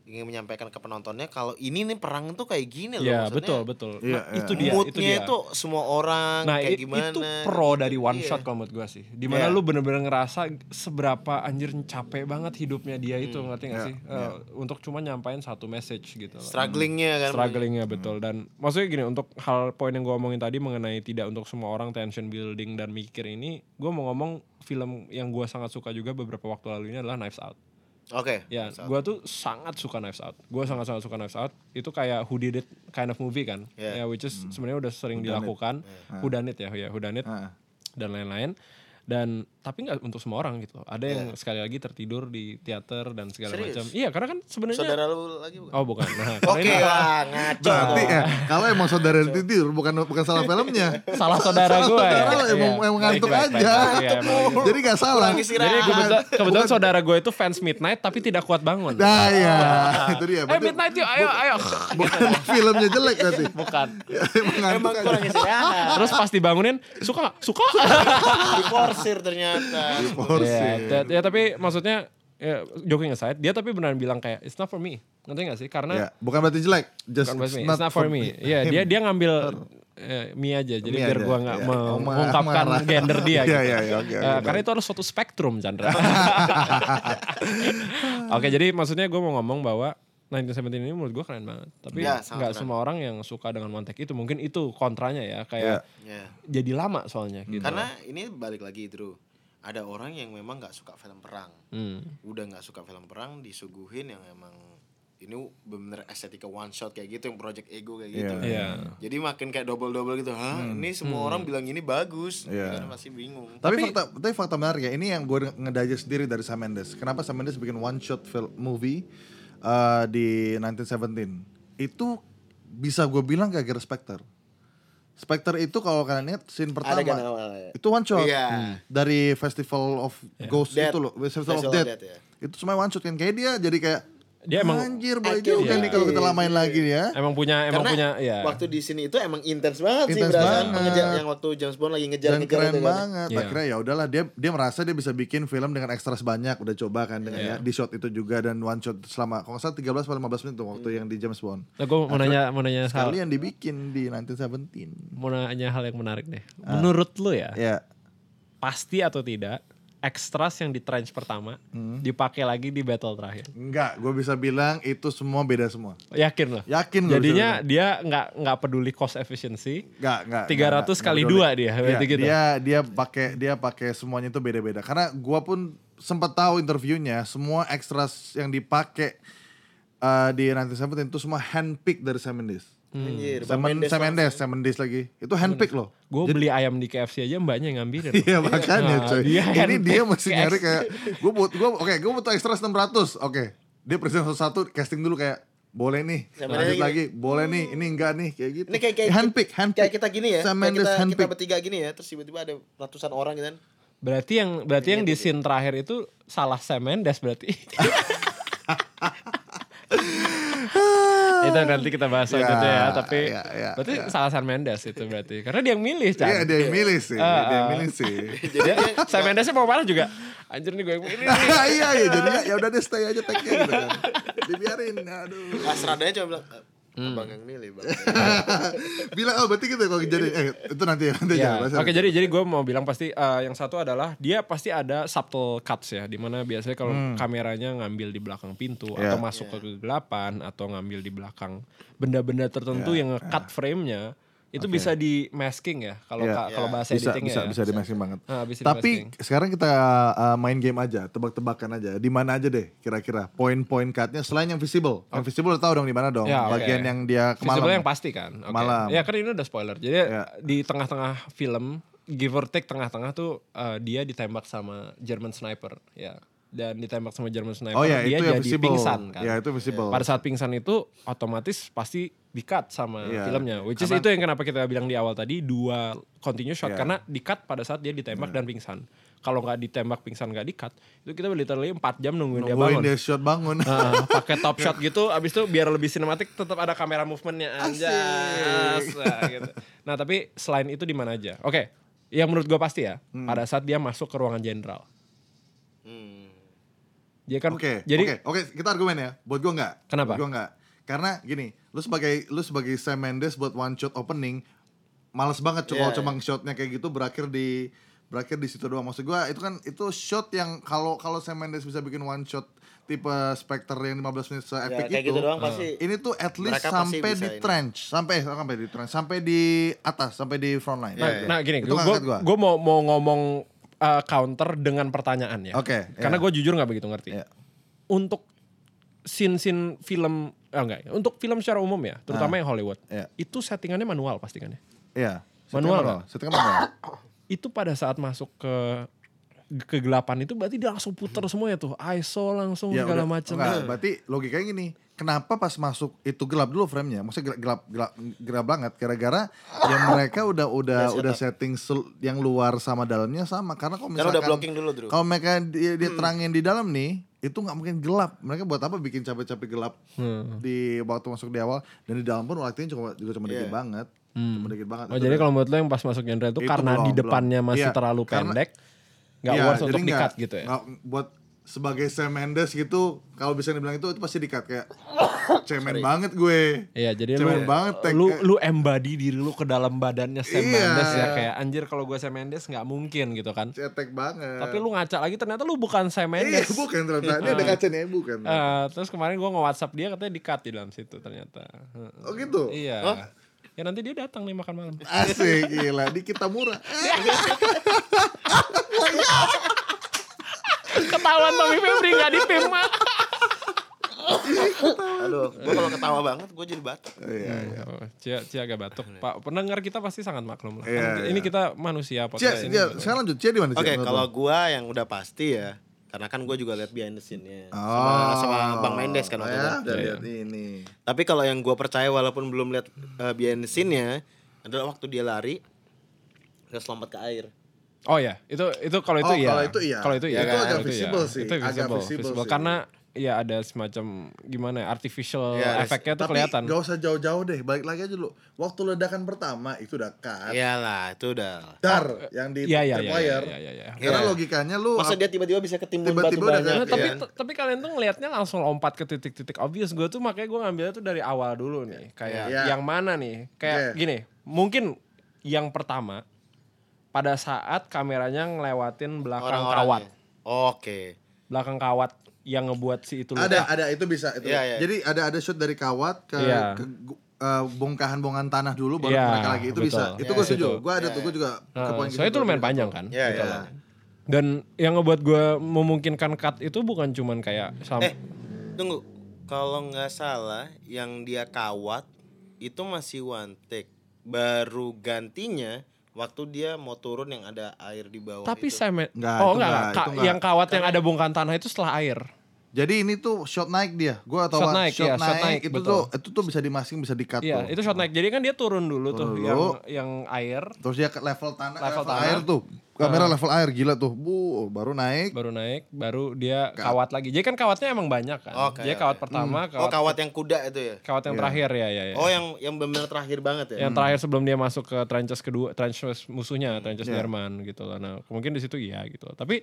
Speaker 3: ingin menyampaikan ke penontonnya kalau ini nih perang tuh kayak gini loh
Speaker 1: Iya,
Speaker 3: maksudnya.
Speaker 1: betul betul.
Speaker 2: Iya,
Speaker 1: Nah,
Speaker 2: iya.
Speaker 1: itu dia, itu
Speaker 3: moodnya
Speaker 1: dia.
Speaker 3: itu, semua orang
Speaker 1: Nah
Speaker 3: kayak
Speaker 1: i-
Speaker 3: gimana.
Speaker 1: itu pro dari one
Speaker 3: Iya.
Speaker 1: shot kalau menurut gue sih Dimana
Speaker 3: Iya.
Speaker 1: lu bener-bener ngerasa seberapa anjir capek banget hidupnya dia itu
Speaker 3: Hmm,
Speaker 1: ngerti gak sih
Speaker 3: iya.
Speaker 1: Eh, Untuk cuma nyampain satu message gitu loh.
Speaker 3: Strugglingnya kan.
Speaker 1: Strugglingnya betul Dan maksudnya gini untuk hal poin yang gue omongin tadi Mengenai tidak untuk semua orang tension building dan mikir ini Gue mau ngomong film yang gue sangat suka juga beberapa waktu lalu ini adalah Knives Out
Speaker 3: Oke.
Speaker 1: Ya, gue tuh sangat suka Knives Out. Gue sangat-sangat suka Knives Out. Itu kayak who did it kind of movie kan. Ya,
Speaker 3: Yeah.
Speaker 1: which is sebenarnya udah sering dilakukan. Who done it ya, ya who done it
Speaker 2: Ah.
Speaker 1: dan lain-lain. dan tapi nggak untuk semua orang gitu loh. ada yang
Speaker 2: Iya.
Speaker 1: sekali lagi tertidur di teater dan segala
Speaker 3: Serius?
Speaker 1: macam iya karena kan sebenarnya
Speaker 3: Saudara lu lagi bukan?
Speaker 1: oh bukan
Speaker 2: [LAUGHS]
Speaker 1: nah, karena
Speaker 3: Oke
Speaker 1: ini
Speaker 2: iya.
Speaker 3: lah, ngaco.
Speaker 2: Berarti ya, kalau emang saudara tidur bukan bukan salah filmnya.
Speaker 1: salah saudara gue ya.
Speaker 2: saudara lo emang-
Speaker 1: Iya.
Speaker 2: emang ngantuk
Speaker 1: Baik, baik,
Speaker 2: aja.
Speaker 1: baik. Iya, emang gitu.
Speaker 2: Jadi gak salah. Nah,
Speaker 3: Kurang istirahat.
Speaker 1: jadi kebetulan, kebetulan saudara gue itu fans Midnight tapi tidak kuat bangun eh
Speaker 2: Nah ya, itu dia. Berarti
Speaker 1: Midnight yuk ayo ayo
Speaker 2: bukan [LAUGHS] filmnya jelek berarti.
Speaker 1: [LAUGHS] bukan
Speaker 2: Ya, emang ngantuk
Speaker 3: Emang Ah.
Speaker 2: aja.
Speaker 3: kurang istirahat.
Speaker 1: terus pas dibangunin suka nggak? suka
Speaker 3: Diporsir ternyata.
Speaker 2: Force.
Speaker 1: Ya, ta- ya tapi maksudnya ya, joking aside, dia tapi beneran bilang kayak it's not for me. Ngerti gak sih?
Speaker 2: Ya,
Speaker 1: Karena
Speaker 2: bukan berarti jelek. Just
Speaker 1: bukan buat me, it's not for me. Iya, dia dia ngambil eh, me aja. Jadi
Speaker 2: Me
Speaker 1: biar
Speaker 2: aja,
Speaker 1: gua nggak
Speaker 2: ya.
Speaker 1: meng-
Speaker 2: Oh, ma-
Speaker 1: mengungkapkan
Speaker 2: marah.
Speaker 1: gender
Speaker 2: [LAUGHS]
Speaker 1: dia
Speaker 2: Iya,
Speaker 1: gitu.
Speaker 2: iya, iya, oke,
Speaker 1: Eh,
Speaker 2: oke,
Speaker 1: karena
Speaker 2: baik.
Speaker 1: itu harus suatu spektrum,
Speaker 2: [LAUGHS]
Speaker 1: Chandra. [LAUGHS] Oke, jadi maksudnya gue mau ngomong bahwa 1917 ini menurut gue keren banget. Tapi
Speaker 3: Ya,
Speaker 1: nggak
Speaker 3: sangat keren.
Speaker 1: semua orang yang suka dengan Montek itu. Mungkin itu kontranya ya.
Speaker 2: Ya.
Speaker 1: Kayak
Speaker 3: Ya.
Speaker 1: jadi lama soalnya gitu.
Speaker 3: Karena ini balik lagi Drew. Ada orang yang memang nggak suka film perang.
Speaker 1: Hmm.
Speaker 3: Udah nggak suka film perang disuguhin yang emang ini bener estetika one shot kayak gitu yang project ego kayak gitu.
Speaker 1: Iya.
Speaker 3: Jadi makin kayak double-double gitu. Hah, ini semua orang bilang ini bagus.
Speaker 2: Hmm. Iya.
Speaker 3: Kan masih bingung.
Speaker 2: Tapi, fakta tapi fakta menarik ya, ini yang gue ngedigest sendiri dari Sam Mendes. Kenapa Sam Mendes bikin one shot film movie uh, di 1917? Itu bisa gue bilang gak gara Spectre. Spectre itu kalau kalian lihat scene pertama
Speaker 3: Adegan awal ya.
Speaker 2: itu one shot
Speaker 3: Iya.
Speaker 2: Hmm. dari Festival of
Speaker 1: Iya.
Speaker 2: Ghost
Speaker 3: Dead.
Speaker 2: itu loh, Festival,
Speaker 3: Festival
Speaker 2: of
Speaker 3: of
Speaker 2: Death.
Speaker 3: Death, ya.
Speaker 2: Itu cuma one shot kan kayak dia jadi kayak
Speaker 1: Dia emang-
Speaker 2: anjir boleh juga nih kalau kita lamain lagi nih ya.
Speaker 1: Emang punya emang
Speaker 3: Karena
Speaker 1: punya ya.
Speaker 3: waktu di sini itu emang intens banget
Speaker 2: iya. Intens
Speaker 3: sih berasa
Speaker 2: banget.
Speaker 3: Mengejar, yang waktu James Bond lagi gitu kan. ngejar
Speaker 2: dan
Speaker 3: ngejar
Speaker 2: keren banget.
Speaker 1: Iya.
Speaker 2: Akhirnya ya udahlah dia dia merasa dia bisa bikin film dengan ekstra sebanyak udah coba kan dengan
Speaker 1: Iya.
Speaker 2: ya di shot itu juga dan one shot selama kalau nggak salah 13 atau 15 menit tuh waktu yang di James Bond.
Speaker 1: Nah, gue mau nanya, mau nanya hal,
Speaker 2: Sekali yang dibikin di 1917.
Speaker 1: mau nanya hal yang menarik deh.
Speaker 2: Ah.
Speaker 1: Menurut lu ya,
Speaker 2: Ya,
Speaker 1: pasti atau tidak ekstras yang di trench pertama
Speaker 2: Hmm.
Speaker 1: dipakai lagi di battle terakhir?
Speaker 2: enggak, gue bisa bilang itu semua beda semua.
Speaker 1: Yakin lo?
Speaker 2: Yakin gua
Speaker 1: Jadinya dia nggak nggak peduli cost efficiency.
Speaker 2: Enggak, enggak.
Speaker 1: 300 kali dua dia, berarti gitu.
Speaker 2: Iya, Dia dia pakai dia pakai semuanya itu beda-beda. Karena gua pun sempat tahu interviewnya, semua extras yang dipakai eh, di nanti itu semua handpick dari Sam Mendes.
Speaker 3: Anjir,
Speaker 2: Sam Mendes,
Speaker 3: Bang Mendes
Speaker 2: Sam
Speaker 3: langsung.
Speaker 2: Mendes, Sam Mendes lagi. Itu handpick
Speaker 3: [LAUGHS]
Speaker 2: loh.
Speaker 1: Gue beli ayam di KFC aja mbaknya yang ya ngambilin.
Speaker 2: [LAUGHS] Iya makanya
Speaker 1: Nah,
Speaker 2: coy.
Speaker 1: dia
Speaker 2: Ini
Speaker 1: handpick
Speaker 2: dia masih
Speaker 1: ke
Speaker 2: nyari kayak gue buat gue oke gue butuh extras 600. Oke. Dia present satu casting dulu kayak boleh nih, lanjut
Speaker 3: Sam Mendes
Speaker 2: lagi, boleh nih, ini enggak nih, kayak gitu.
Speaker 3: Ini kayak, kayak
Speaker 2: handpick, handpick.
Speaker 3: Kayak kita gini ya.
Speaker 2: Sam
Speaker 3: kayak
Speaker 2: Mendes
Speaker 3: kita, kita
Speaker 2: handpick.
Speaker 3: bertiga gini ya, terus tiba-tiba ada ratusan orang gitu [LAUGHS] kan.
Speaker 1: Berarti yang berarti
Speaker 2: Iya,
Speaker 1: yang di scene terakhir itu salah Sam Mendes
Speaker 2: [LAUGHS]
Speaker 1: berarti. itu nanti kita bahas
Speaker 2: Ya,
Speaker 1: selanjutnya ya, tapi
Speaker 2: ya, ya,
Speaker 1: berarti
Speaker 2: ya.
Speaker 1: salah Sam Mendes itu berarti. Karena dia yang milih, Chan. Ah,
Speaker 2: Iya dia yang milih sih, dia yang milih
Speaker 1: [LAUGHS]
Speaker 2: sih.
Speaker 3: [LAUGHS]
Speaker 1: Jadi Sam Mendesnya mau marah juga. Anjir nih gue yang milih. nih.
Speaker 2: iya iya jadi ya udah deh stay aja tag gitu kan. Dibiarin aduh.
Speaker 3: Asradanya Nah, cuma bilang, "Eh, Abang yang milih,
Speaker 2: [LAUGHS]
Speaker 3: Bang.
Speaker 2: Bilang oh berarti kita kalau jadi eh itu nanti ya, nanti
Speaker 1: Ya,
Speaker 2: aja. bahas
Speaker 1: Oke
Speaker 2: nanti.
Speaker 1: jadi jadi gue mau bilang pasti eh, yang satu adalah dia pasti ada subtle cuts ya dimana biasanya kalau kameranya ngambil di belakang pintu atau
Speaker 2: Hmm. Iya.
Speaker 1: masuk ke kegelapan atau ngambil di belakang benda-benda tertentu
Speaker 2: Iya.
Speaker 1: yang nge-cut framenya itu bisa di masking ya kalau
Speaker 2: Iya.
Speaker 1: ka- kalau bahasa
Speaker 2: bisa
Speaker 1: editingnya
Speaker 2: bisa
Speaker 1: ya.
Speaker 2: bisa dimasking banget.
Speaker 1: Ah, bisa
Speaker 2: Tapi
Speaker 1: dimasking.
Speaker 2: sekarang kita uh, main game aja, tebak-tebakan aja. Di mana aja deh kira-kira poin-poin cutnya selain yang visible. Yang visible udah tahu dong di mana dong.
Speaker 1: Ya, oke.
Speaker 2: Bagian yang dia kemalam.
Speaker 1: Visible yang pasti kan. Oke.
Speaker 2: Malam.
Speaker 1: Ya kan ini udah spoiler. Jadi
Speaker 2: Ya.
Speaker 1: di tengah-tengah film give or take tengah-tengah tuh eh, dia ditembak sama German sniper ya. Dan ditembak sama German sniper
Speaker 2: Oh ya,
Speaker 1: dia
Speaker 2: itu yang
Speaker 1: jadi
Speaker 2: visible.
Speaker 1: pingsan kan.
Speaker 2: Ya, itu visible.
Speaker 1: Pada saat pingsan itu otomatis pasti di-cut sama
Speaker 2: Iya.
Speaker 1: filmnya. Which is itu yang kenapa kita bilang di awal tadi dua continue shot
Speaker 2: Iya.
Speaker 1: karena di-cut pada saat dia ditembak dan pingsan. Kalau nggak ditembak pingsan nggak di-cut, itu kita literally 4 jam nungguin, dia bangun.
Speaker 2: Nungguin dia shot bangun.
Speaker 1: Nah, pakai top shot gitu abis itu biar lebih sinematik tetap ada kamera movementnya aja gitu. nah tapi selain itu di mana aja oke yang menurut gue pasti ya
Speaker 2: Hmm.
Speaker 1: pada saat dia masuk ke ruangan jenderal
Speaker 3: Hmm.
Speaker 1: dia kan
Speaker 2: Oke,
Speaker 1: jadi
Speaker 2: oke, oke, kita argumen ya. Buat gua enggak.
Speaker 1: Kenapa?
Speaker 2: Buat gua enggak. Karena gini, lu sebagai lu sebagai Sam Mendes buat one shot opening males banget cuma
Speaker 3: Iya,
Speaker 2: cuma shotnya kayak gitu berakhir di berakhir di situ doang. Maksud gua itu kan itu shot yang kalau kalau Sam Mendes bisa bikin one shot tipe Spectre yang 15 menit se
Speaker 3: Ya,
Speaker 2: epic
Speaker 3: kayak
Speaker 2: itu.
Speaker 3: gitu doang pasti.
Speaker 2: Ini tuh at least
Speaker 3: Mereka pasti
Speaker 2: sampai
Speaker 3: bisa
Speaker 2: di
Speaker 3: ini.
Speaker 2: trench, sampai sampai di trench, sampai di atas, sampai di front line.
Speaker 1: nah,
Speaker 2: Oke.
Speaker 1: nah gini
Speaker 2: itu ngangkat gua.
Speaker 1: gue mau mau ngomong uh, counter dengan pertanyaan ya
Speaker 2: Oke,
Speaker 1: karena
Speaker 2: iya.
Speaker 1: gue jujur nggak begitu ngerti
Speaker 2: Iya.
Speaker 1: untuk scene-scene film ah, enggak untuk film secara umum ya
Speaker 2: Ah.
Speaker 1: terutama yang Hollywood
Speaker 2: Iya.
Speaker 1: itu settingannya manual pastikan ya
Speaker 2: Iya.
Speaker 1: Manual
Speaker 2: Setengah manual. Setengah manual.
Speaker 1: itu pada saat masuk ke kegelapan itu berarti dia langsung puter semuanya tuh ISO langsung
Speaker 2: Hmm. Ya,
Speaker 1: segala
Speaker 2: udah.
Speaker 1: macam
Speaker 2: Enggak, berarti logikanya gini. Kenapa pas masuk itu gelap dulu framenya? Maksudnya gelap gelap gelap, gelap banget gara-gara yang mereka udah udah
Speaker 3: Iya,
Speaker 2: udah setting sel- yang luar sama dalamnya sama karena kalau
Speaker 3: Karena
Speaker 2: misalkan
Speaker 3: udah blocking dulu, Hmm. Drew.
Speaker 2: kalau mereka di- diterangin di dalam nih itu nggak mungkin gelap. Mereka buat apa bikin capek-capek gelap
Speaker 1: Hmm.
Speaker 2: di waktu masuk di awal dan di dalam pun waktunya cuma juga cuma
Speaker 3: Iya.
Speaker 2: dikit banget. Cuma dikit banget.
Speaker 1: Oh
Speaker 2: Itu
Speaker 1: jadi
Speaker 2: udah-
Speaker 1: kalau menurut lo yang pas masuk genre itu,
Speaker 2: Itu
Speaker 1: karena
Speaker 2: belum,
Speaker 1: di depannya
Speaker 2: belum.
Speaker 1: masih
Speaker 2: Iya,
Speaker 1: terlalu
Speaker 2: karena-
Speaker 1: pendek, nggak
Speaker 2: Iya,
Speaker 1: worth
Speaker 2: jadi
Speaker 1: untuk
Speaker 2: nggak-
Speaker 1: dikat gitu ya.
Speaker 2: nggak- buat sebagai Sam Mendes gitu, kalau bisa dibilang itu itu pasti dikat
Speaker 1: [COUGHS]
Speaker 2: kayak cemen banget gue.
Speaker 1: Iya jadi lu,
Speaker 2: cemen banget tag-
Speaker 1: lu lu embody diri lu ke dalam badannya Sam
Speaker 2: Iya.
Speaker 1: Mendes ya kayak anjir kalau gue Sam Mendes nggak mungkin gitu kan.
Speaker 2: cetek banget.
Speaker 1: Tapi lu ngaca lagi ternyata lu bukan Sam
Speaker 2: Iya,
Speaker 1: Mendes. Ah.
Speaker 2: bukan ternyata. Ini ada kacanya, ya, bukan.
Speaker 1: Eh, terus kemarin gue nge-whatsapp dia katanya di-cut di dalam situ ternyata. Heeh.
Speaker 2: Oh gitu.
Speaker 1: Iya. Ya nanti dia datang nih makan malam. [LAUGHS]
Speaker 2: Asik gila, di kita murah. Eh,
Speaker 1: Ketahuan Tommy Febri nggak di PIM. Mak.
Speaker 3: Aduh, gue kalau ketawa banget gue jadi batuk.
Speaker 2: Iya.
Speaker 1: Oh, Cia, Cia agak batuk. Pak pendengar kita pasti sangat maklum lah.
Speaker 2: Iya,
Speaker 1: Karena
Speaker 2: iya.
Speaker 1: ini kita manusia
Speaker 2: Cia,
Speaker 1: podcast ini.
Speaker 2: Cia, sekarang lanjut. Cia di mana? Cia?
Speaker 3: Oke,
Speaker 2: Menurut
Speaker 3: kalau
Speaker 2: lo?
Speaker 3: gua yang udah pasti ya, karena kan gue juga lihat behind the scene-nya
Speaker 2: Oh.
Speaker 3: sama, sama Bang Mendes kan
Speaker 2: Oh,
Speaker 3: waktu
Speaker 2: ya,
Speaker 3: itu.
Speaker 1: Iya,
Speaker 2: udah lihat ini.
Speaker 3: Tapi kalau yang gua percaya walaupun belum lihat eh, behind the scene-nya adalah waktu dia lari dia lompat ke air.
Speaker 1: Oh ya, itu itu kalau itu
Speaker 2: Oh,
Speaker 1: iya.
Speaker 2: kalau itu iya.
Speaker 1: Kalau itu
Speaker 2: Itu
Speaker 1: iya.
Speaker 2: agak
Speaker 1: Kalau
Speaker 2: visible sih,
Speaker 1: Itu
Speaker 2: agak
Speaker 1: visible,
Speaker 2: visible
Speaker 1: visible.
Speaker 2: sih.
Speaker 1: Karena ya ada semacam gimana ya artificial
Speaker 3: Iya,
Speaker 1: efeknya tuh
Speaker 2: Tapi
Speaker 1: kelihatan.
Speaker 2: gak usah jauh-jauh deh, balik lagi aja dulu. Waktu ledakan pertama itu udah cut.
Speaker 3: Iyalah, itu udah.
Speaker 2: Dar yang di
Speaker 1: Iya iya iya.
Speaker 2: tripwire.
Speaker 1: iya, iya, iya.
Speaker 2: Karena
Speaker 3: Iya.
Speaker 2: logikanya lu
Speaker 3: Masa dia tiba-tiba bisa ketimbun batu
Speaker 2: Tiba-tiba udah
Speaker 3: banyak? ya.
Speaker 1: Nah,
Speaker 2: Iya.
Speaker 1: tapi tapi kalian tuh ngelihatnya langsung lompat ke titik-titik obvious. Gue tuh makanya gue ngambilnya tuh dari awal dulu nih. Kayak
Speaker 2: Iya.
Speaker 1: yang mana nih? Kayak
Speaker 2: Iya.
Speaker 1: gini, mungkin yang pertama pada saat kameranya ngelewatin belakang kawat,
Speaker 3: Orang-orangnya. Oke.
Speaker 1: belakang kawat yang ngebuat si itu luka.
Speaker 2: ada ada itu bisa itu.
Speaker 3: Iya, iya.
Speaker 2: Jadi ada ada shoot dari kawat ke,
Speaker 1: Iya.
Speaker 2: ke gu- eh, bongkahan-bongkahan tanah dulu baru
Speaker 1: Iya,
Speaker 2: mereka lagi itu
Speaker 1: betul.
Speaker 2: bisa. Itu
Speaker 1: Iya,
Speaker 2: gue setuju.
Speaker 1: situ.
Speaker 2: Gue ada tuh gue juga ke
Speaker 1: Nah,
Speaker 2: poin
Speaker 1: soalnya
Speaker 2: gitu.
Speaker 1: itu lumayan panjang kan.
Speaker 3: Iya, iya.
Speaker 1: Dan yang ngebuat gue memungkinkan cut itu bukan cuman kayak sam
Speaker 3: Eh, tunggu. Kalau nggak salah, yang dia kawat itu masih one take. Baru gantinya waktu dia mau turun yang ada air di bawah
Speaker 1: tapi
Speaker 3: itu.
Speaker 1: semen
Speaker 2: Enggak,
Speaker 1: oh
Speaker 2: itu
Speaker 1: enggak, Kak.
Speaker 2: enggak, itu enggak.
Speaker 1: yang kawat yang ada bongkahan tanah itu setelah air.
Speaker 2: Jadi ini tuh shot naik dia. Gue atau
Speaker 1: Shot
Speaker 2: shot
Speaker 1: naik,
Speaker 2: naik,
Speaker 1: iya, shot naik,
Speaker 2: itu
Speaker 1: betul.
Speaker 2: tuh itu tuh bisa dimasking bisa dikat
Speaker 1: Iya,
Speaker 2: tuh.
Speaker 1: itu shot naik. Jadi kan dia turun dulu tuh
Speaker 2: Turun
Speaker 1: yang
Speaker 2: dulu.
Speaker 1: yang air
Speaker 2: Terus dia ke level tanah,
Speaker 1: Level
Speaker 2: level,
Speaker 1: tanah.
Speaker 2: air tuh. Kamera level air gila tuh. Bu, baru naik.
Speaker 1: baru naik, baru dia kawat lagi. Jadi kan kawatnya emang banyak kan.
Speaker 3: Oke,
Speaker 1: Jadi
Speaker 3: oke.
Speaker 1: kawat pertama,
Speaker 3: Oh,
Speaker 1: kawat,
Speaker 3: kawat yang kuda itu ya.
Speaker 1: kawat yang terakhir ya ya ya.
Speaker 3: Oh, yang yang benar terakhir banget ya.
Speaker 1: Yang
Speaker 2: Hmm.
Speaker 1: terakhir sebelum dia masuk ke trenches kedua, trenches musuhnya, trenches
Speaker 2: Iya.
Speaker 1: Jerman gitu lah. Nah, mungkin di situ iya gitu. Tapi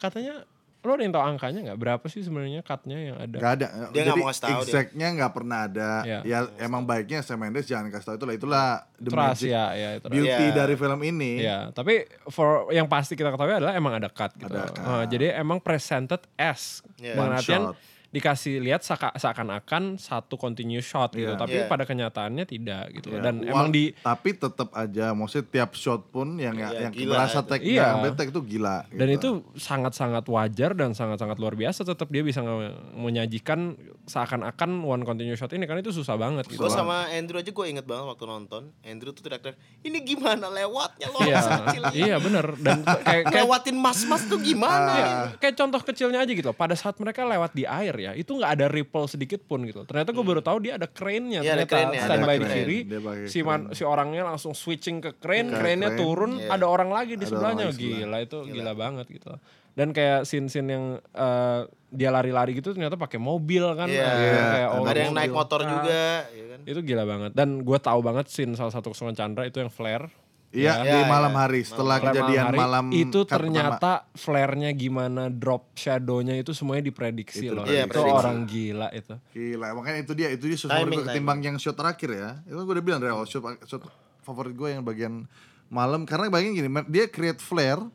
Speaker 1: katanya lo ada yang tahu angkanya nggak? Berapa sih sebenarnya cutnya yang ada?
Speaker 2: Gak ada.
Speaker 3: Dia nggak mau ngasih tahu dia.
Speaker 2: exactnya nggak pernah ada.
Speaker 1: Iya.
Speaker 2: Ya emang baiknya Sam Mendes jangan kasih tahu itulah itulah the
Speaker 1: Trust
Speaker 2: magic
Speaker 1: ya, ya itu.
Speaker 2: beauty
Speaker 3: Iya.
Speaker 2: dari film ini.
Speaker 1: Ya, tapi for yang pasti kita ketahui adalah emang ada cut gitu.
Speaker 2: Ada cut.
Speaker 1: Eh, jadi emang presented as
Speaker 3: Iya.
Speaker 1: Bang
Speaker 2: One
Speaker 1: Natian
Speaker 2: shot.
Speaker 1: dikasih lihat seaka- seakan-akan satu continuous shot gitu,
Speaker 2: Iya.
Speaker 1: tapi
Speaker 3: Iya.
Speaker 1: pada kenyataannya tidak gitu.
Speaker 2: Ya,
Speaker 1: Dan
Speaker 2: wal-
Speaker 1: emang di
Speaker 2: tapi tetap aja maksudnya tiap shot pun yang
Speaker 3: Iya,
Speaker 2: yang
Speaker 3: gila
Speaker 2: berasa
Speaker 3: itu.
Speaker 2: tag
Speaker 1: Iya.
Speaker 2: nggak sampai tag itu gila
Speaker 1: dan
Speaker 2: gitu.
Speaker 1: itu sangat-sangat wajar dan sangat-sangat luar biasa tetap dia bisa nge- menyajikan seakan-akan one continuous shot ini kan itu susah banget gitu.
Speaker 3: Gue sama Andrew aja gue inget banget waktu nonton. Andrew tuh teriak-teriak, ini gimana lewatnya loh
Speaker 1: Iya,
Speaker 3: kecil.
Speaker 1: iya bener dan kayak, kayak
Speaker 3: Lewatin mas-mas tuh gimana?
Speaker 1: Iya, kayak contoh kecilnya aja gitu loh. Pada saat mereka lewat di air ya, itu nggak ada ripple sedikit pun gitu. Ternyata gue baru tahu dia ada crane-nya.
Speaker 3: Hmm. Iya, ada
Speaker 1: ternyata
Speaker 3: crane-nya, ada
Speaker 1: standby di
Speaker 3: crane.
Speaker 1: kiri,
Speaker 2: Dia pakai
Speaker 1: si, man- si orangnya langsung switching ke crane,
Speaker 2: Ke
Speaker 1: crane-nya
Speaker 2: crane.
Speaker 1: turun,
Speaker 3: iya.
Speaker 1: ada orang lagi di
Speaker 2: Ada
Speaker 1: sebelahnya.
Speaker 2: orang di sebelah.
Speaker 1: Gila itu, gila, banget gitu. Dan kayak scene-scene yang eh, dia lari-lari gitu ternyata pakai mobil kan.
Speaker 3: Iya.
Speaker 1: Akhirnya kayak, oh,
Speaker 3: Ada yang naik
Speaker 1: mobil.
Speaker 3: motor juga, ya kan?
Speaker 1: Itu gila banget. Dan gue tahu banget scene salah satu kesenangan Chandra itu yang flare.
Speaker 2: Iya,
Speaker 3: Iya,
Speaker 2: di
Speaker 3: iya.
Speaker 2: malam hari setelah
Speaker 1: Flare
Speaker 2: kejadian
Speaker 1: hari,
Speaker 2: malam,
Speaker 1: itu
Speaker 2: cut pertama.
Speaker 1: ternyata flare-nya gimana drop shadow-nya itu semuanya diprediksi
Speaker 2: Itu
Speaker 1: loh
Speaker 3: Iya,
Speaker 1: itu
Speaker 3: prediksi.
Speaker 1: orang gila itu
Speaker 2: gila makanya itu dia itu dia susah
Speaker 3: Timing,
Speaker 2: gue ketimbang yang shot terakhir ya itu gue udah bilang real shot, shot favorit gue yang bagian malam karena bagian gini mer- dia create flare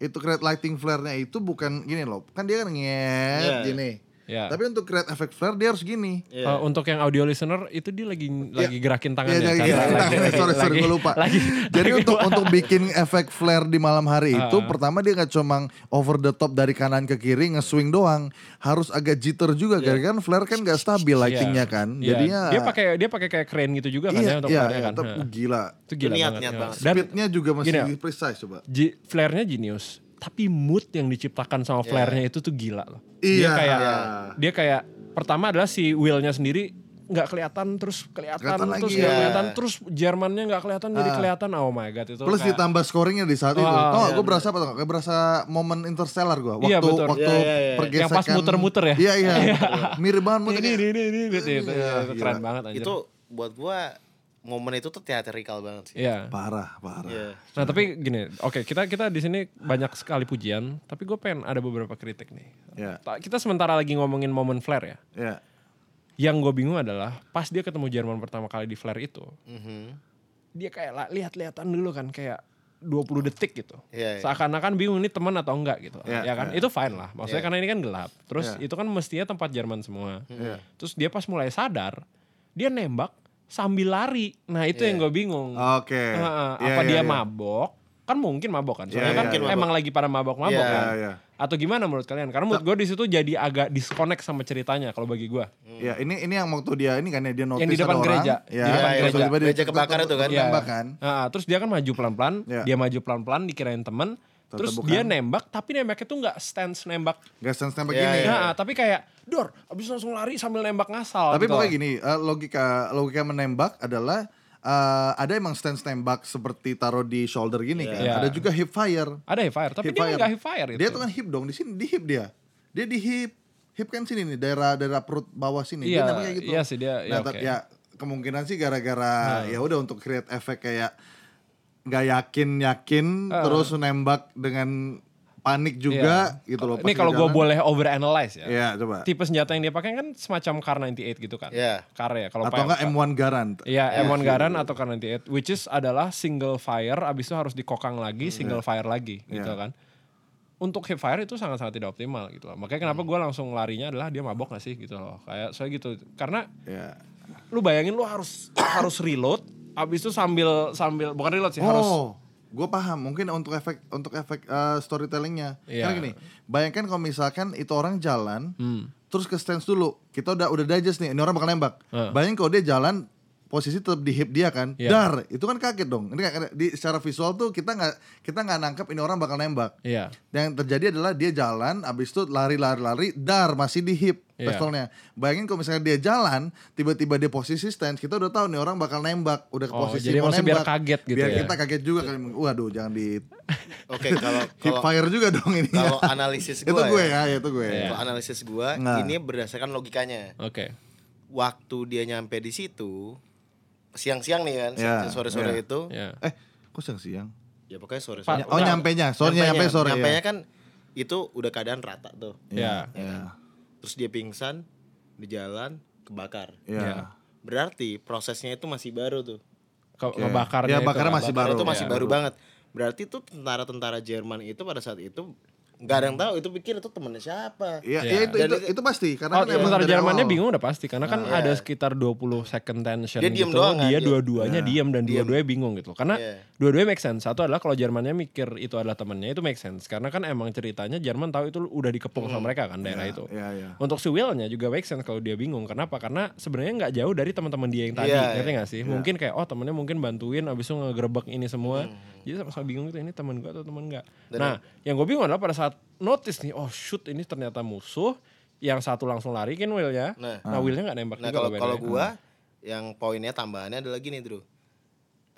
Speaker 2: itu create lighting flare-nya itu bukan gini loh kan dia kan ngeet
Speaker 3: Iya.
Speaker 2: gini
Speaker 1: Ya.
Speaker 2: Tapi untuk create effect flare dia harus gini.
Speaker 1: Eh,
Speaker 3: Iya.
Speaker 1: untuk yang audio listener itu dia lagi lagi gerakin tangannya.
Speaker 2: Iya, jadi
Speaker 1: Chandra.
Speaker 2: kita-
Speaker 1: Lagi- lagi-
Speaker 2: sorry, sorry,
Speaker 1: lagi-
Speaker 2: gue lupa.
Speaker 1: Lagi, Ah.
Speaker 2: jadi untuk untuk bikin efek flare di malam hari itu, pertama dia nggak cuma over the top dari kanan ke kiri nge-swing doang, harus agak jitter juga, karena kan flare kan nggak stabil lightingnya kan,
Speaker 1: Iya.
Speaker 2: jadinya
Speaker 1: dia pakai dia pakai kayak crane gitu juga kan
Speaker 2: iya,
Speaker 1: ya untuk
Speaker 2: iya,
Speaker 1: flare-nya
Speaker 2: iya,
Speaker 1: kan.
Speaker 2: tapi
Speaker 1: Heeh.
Speaker 2: gila,
Speaker 1: Itu gila
Speaker 3: Niat-
Speaker 1: banget.
Speaker 3: niat
Speaker 1: ya.
Speaker 3: banget.
Speaker 1: Dan
Speaker 2: speednya juga masih
Speaker 1: gini,
Speaker 2: precise coba.
Speaker 1: ji- flare-nya genius, tapi mood yang diciptakan sama flare-nya itu tuh gila loh. Dia
Speaker 2: Iya.
Speaker 1: kayak dia kayak pertama adalah si wheel-nya sendiri nggak kelihatan terus kelihatan,
Speaker 2: Kelihatan
Speaker 1: terus
Speaker 2: lagi, iya. Ah.
Speaker 1: nggak
Speaker 3: ya.
Speaker 1: kelihatan terus Jermannya nggak kelihatan jadi kelihatan oh my god itu
Speaker 2: Plus
Speaker 1: kayak-
Speaker 2: ditambah scoringnya di saat itu.
Speaker 1: Wah,
Speaker 2: Tau gak gue berasa apa? tau nggak? Kayak berasa momen interstellar gue. Waktu
Speaker 1: Ah, Iya, betul.
Speaker 2: waktu
Speaker 3: Iya, iya, iya.
Speaker 2: pergesekan.
Speaker 1: Yang pas muter-muter ya?
Speaker 2: Iya iya. Mirip banget muter.
Speaker 1: ini ini ini, ini, gitu, gitu.
Speaker 2: Iya,
Speaker 1: Itu
Speaker 2: gila.
Speaker 1: keren banget anjir.
Speaker 3: itu buat gua momen itu tuh teatrikal banget sih.
Speaker 1: Iya.
Speaker 2: Parah parah.
Speaker 3: Iya.
Speaker 1: Nah tapi gini, oke kita kita di sini banyak sekali pujian, tapi gue pengen ada beberapa kritik nih.
Speaker 2: Iya.
Speaker 1: Ta- Kita sementara lagi ngomongin momen flare ya.
Speaker 2: Iya.
Speaker 1: Yang gue bingung adalah pas dia ketemu Jerman pertama kali di flare itu,
Speaker 3: Mhm.
Speaker 1: dia kayak la- lihat-lihatan dulu kan kayak 20 detik gitu.
Speaker 3: Iya, iya.
Speaker 1: Seakan-akan bingung ini teman atau enggak gitu.
Speaker 2: Iya,
Speaker 1: ya kan? Itu fine lah. Maksudnya karena ini kan gelap. Terus itu kan mestinya tempat Jerman semua.
Speaker 2: Iya.
Speaker 1: Terus dia pas mulai sadar, dia nembak sambil lari. Nah, itu yang gue bingung.
Speaker 2: Oke.
Speaker 1: Heeh,
Speaker 2: Oh, Iya,
Speaker 1: apa
Speaker 2: iya,
Speaker 1: dia
Speaker 2: iya.
Speaker 1: mabok? Kan mungkin mabok kan. Soalnya
Speaker 2: Iya,
Speaker 1: kan
Speaker 2: iya, iya.
Speaker 1: emang lagi pada mabok-mabok
Speaker 3: Iya,
Speaker 1: kan.
Speaker 2: iya.
Speaker 1: Atau gimana menurut kalian? Karena menurut gue di situ jadi agak disconnect sama ceritanya kalau bagi gue.
Speaker 2: Ya ini ini yang waktu dia ini kan ya dia notice
Speaker 1: Yang di depan
Speaker 2: ada orang.
Speaker 1: gereja.
Speaker 2: Ya,
Speaker 1: Di depan
Speaker 2: terus
Speaker 1: gereja.
Speaker 2: tiba-tiba dia
Speaker 3: Gereja kebakar itu kan.
Speaker 1: Iya.
Speaker 2: Tembakan.
Speaker 1: Nah, terus dia kan maju pelan-pelan,
Speaker 2: Iya.
Speaker 1: dia maju pelan-pelan dikirain temen. Terus
Speaker 2: bukan.
Speaker 1: dia nembak, tapi nembaknya tuh nggak stance nembak.
Speaker 2: Gak sense tembak
Speaker 3: Iya,
Speaker 2: gini.
Speaker 3: iya.
Speaker 1: Nah, tapi kayak dor, abis itu langsung lari sambil nembak ngasal.
Speaker 2: Tapi
Speaker 1: gitu.
Speaker 2: pokoknya gini, eh, logika logika menembak adalah eh, ada emang stance tembak seperti taruh di shoulder gini kan.
Speaker 1: Iya.
Speaker 2: Ada juga hip fire.
Speaker 1: Ada hipfire, tapi
Speaker 2: Hip
Speaker 1: dia
Speaker 2: fire.
Speaker 1: nggak hipfire itu. Iya.
Speaker 2: Dia tuh kan hip dong di sini di hip dia. Dia di hip hip kan sini nih daerah daerah perut bawah sini.
Speaker 1: Iya,
Speaker 2: dia namanya kayak gitu.
Speaker 1: iya sih, dia- iya,
Speaker 2: Nah,
Speaker 1: oke.
Speaker 2: tapi
Speaker 1: Nah.
Speaker 2: ya kemungkinan sih gara-gara ya udah untuk create efek kayak nggak yakin yakin terus nembak dengan panik juga gitu loh.
Speaker 1: Iya. Ini kalau gue
Speaker 2: gua
Speaker 1: boleh overanalyze ya.
Speaker 2: Iya coba.
Speaker 1: Tipe senjata yang dia pakai kan semacam Kar 98 gitu kan.
Speaker 3: Iya.
Speaker 1: Kar ya kalau
Speaker 2: Atau
Speaker 1: PL.
Speaker 2: enggak M1 Garant.
Speaker 1: Iya, M1 Garan atau Kar 98 which is adalah single fire abis itu harus dikokang lagi,
Speaker 2: Mm-hmm.
Speaker 1: single fire lagi
Speaker 2: Iya.
Speaker 1: gitu kan. Untuk hipfire itu sangat-sangat tidak optimal gitu loh. Makanya
Speaker 2: Mm.
Speaker 1: kenapa gue langsung larinya adalah dia mabok gak sih gitu loh. Kayak saya gitu. Karena
Speaker 2: Iya.
Speaker 1: lu bayangin lu harus [COUGHS] harus reload abis itu sambil sambil bukan reload sih harus
Speaker 2: Oh, gue paham. Mungkin untuk efek untuk efek eh, storytellingnya. Karena
Speaker 1: Iya. Hmm.
Speaker 2: gini, bayangkan kalau misalkan itu orang jalan, terus ke stance dulu. Kita udah udah digest nih, ini orang bakal nembak. Bayangin kalau dia jalan posisi tetap di hip dia kan,
Speaker 1: Iya.
Speaker 2: dar itu kan kaget dong. Ini kayak- di secara visual tuh kita nggak kita nggak nangkep ini orang bakal nembak.
Speaker 1: Iya.
Speaker 2: Dan Yang terjadi adalah dia jalan, abis itu lari-lari-lari, dar masih di hip
Speaker 1: Iya.
Speaker 2: pistolnya. Bayangin kalau misalnya dia jalan, tiba-tiba dia posisi stance, kita udah tahu nih orang bakal nembak, udah ke
Speaker 1: Oh,
Speaker 2: posisi
Speaker 1: jadi
Speaker 2: mau
Speaker 1: maksudnya biar
Speaker 2: nembak.
Speaker 1: kaget gitu
Speaker 2: Biar
Speaker 1: ya.
Speaker 2: kita kaget juga kali. Waduh, jangan di
Speaker 3: Oke,
Speaker 2: [LAUGHS]
Speaker 3: kalau
Speaker 2: hip
Speaker 3: kalau
Speaker 2: fire juga dong ini. [LAUGHS]
Speaker 3: kalau
Speaker 2: itu
Speaker 3: analisis gua
Speaker 2: gue
Speaker 3: ya.
Speaker 2: ya, itu gue.
Speaker 1: Iya.
Speaker 3: Kalau analisis gua
Speaker 2: Nah.
Speaker 3: ini berdasarkan logikanya.
Speaker 1: Oke.
Speaker 3: Waktu dia nyampe di situ siang-siang nih kan,
Speaker 2: Iya,
Speaker 3: sore-sore
Speaker 2: iya.
Speaker 3: itu.
Speaker 1: Iya.
Speaker 2: Eh, kok siang-siang?
Speaker 3: Ya pokoknya sore-sore.
Speaker 1: Pak,
Speaker 2: Oh, nyampe nya, sorenya nyampe sore
Speaker 3: nyampe
Speaker 2: ya.
Speaker 3: kan itu udah keadaan rata tuh.
Speaker 1: Iya.
Speaker 3: ya kan? Terus dia pingsan di jalan kebakar.
Speaker 2: Iya.
Speaker 1: Iya.
Speaker 3: Berarti prosesnya itu masih baru tuh.
Speaker 1: Ke- Ngebakarnya
Speaker 2: Ya,
Speaker 1: itu
Speaker 2: bakarnya
Speaker 1: kan.
Speaker 2: masih
Speaker 3: Baru,
Speaker 2: baru.
Speaker 3: itu masih
Speaker 2: Iya.
Speaker 3: baru banget. Berarti tuh tentara-tentara Jerman itu pada saat itu nggak ada yang tahu itu pikir itu temennya siapa.
Speaker 1: Iya.
Speaker 2: Iya, iya, itu,
Speaker 3: Dan
Speaker 2: itu,
Speaker 3: itu-
Speaker 2: itu pasti karena
Speaker 1: Oh,
Speaker 2: kan emang
Speaker 1: sementara
Speaker 2: dari
Speaker 1: Jermannya
Speaker 2: awal. Nah, iya.
Speaker 1: bingung udah pasti karena kan ada sekitar 20 second tension
Speaker 3: Dia
Speaker 1: gitu.
Speaker 3: diem doang kan,
Speaker 1: dia
Speaker 3: dia-
Speaker 1: dua-duanya
Speaker 2: Nah,
Speaker 1: diam dan dua-duanya bingung gitu. Karena
Speaker 3: Iya.
Speaker 1: dua-duanya make sense. Satu adalah kalau Jermannya mikir itu adalah temennya itu make sense karena kan emang ceritanya Jerman tahu itu udah dikepung sama mereka kan daerah itu.
Speaker 2: Hmm. Iya, iya.
Speaker 3: Nah.
Speaker 1: Untuk si Will-nya juga make sense kalau dia bingung. Kenapa? Karena sebenarnya nggak jauh dari teman-teman dia yang tadi.
Speaker 3: Iya, Hmm,
Speaker 1: ngerti nggak sih? Mungkin kayak oh temennya mungkin bantuin abis itu ngegerebek ini semua. Jadi sama-sama bingung gitu ini teman gua atau teman nggak. Nah, yang gue bingung adalah pada saat notice nih, oh shoot ini ternyata musuh. Yang satu langsung lari kan Will-nya. Nah,
Speaker 3: Nah.
Speaker 1: Will-nya nggak nembak
Speaker 3: Nah
Speaker 1: juga
Speaker 3: kalau
Speaker 1: by the
Speaker 3: kalau
Speaker 1: way.
Speaker 3: gua yang poinnya tambahannya adalah gini Drew.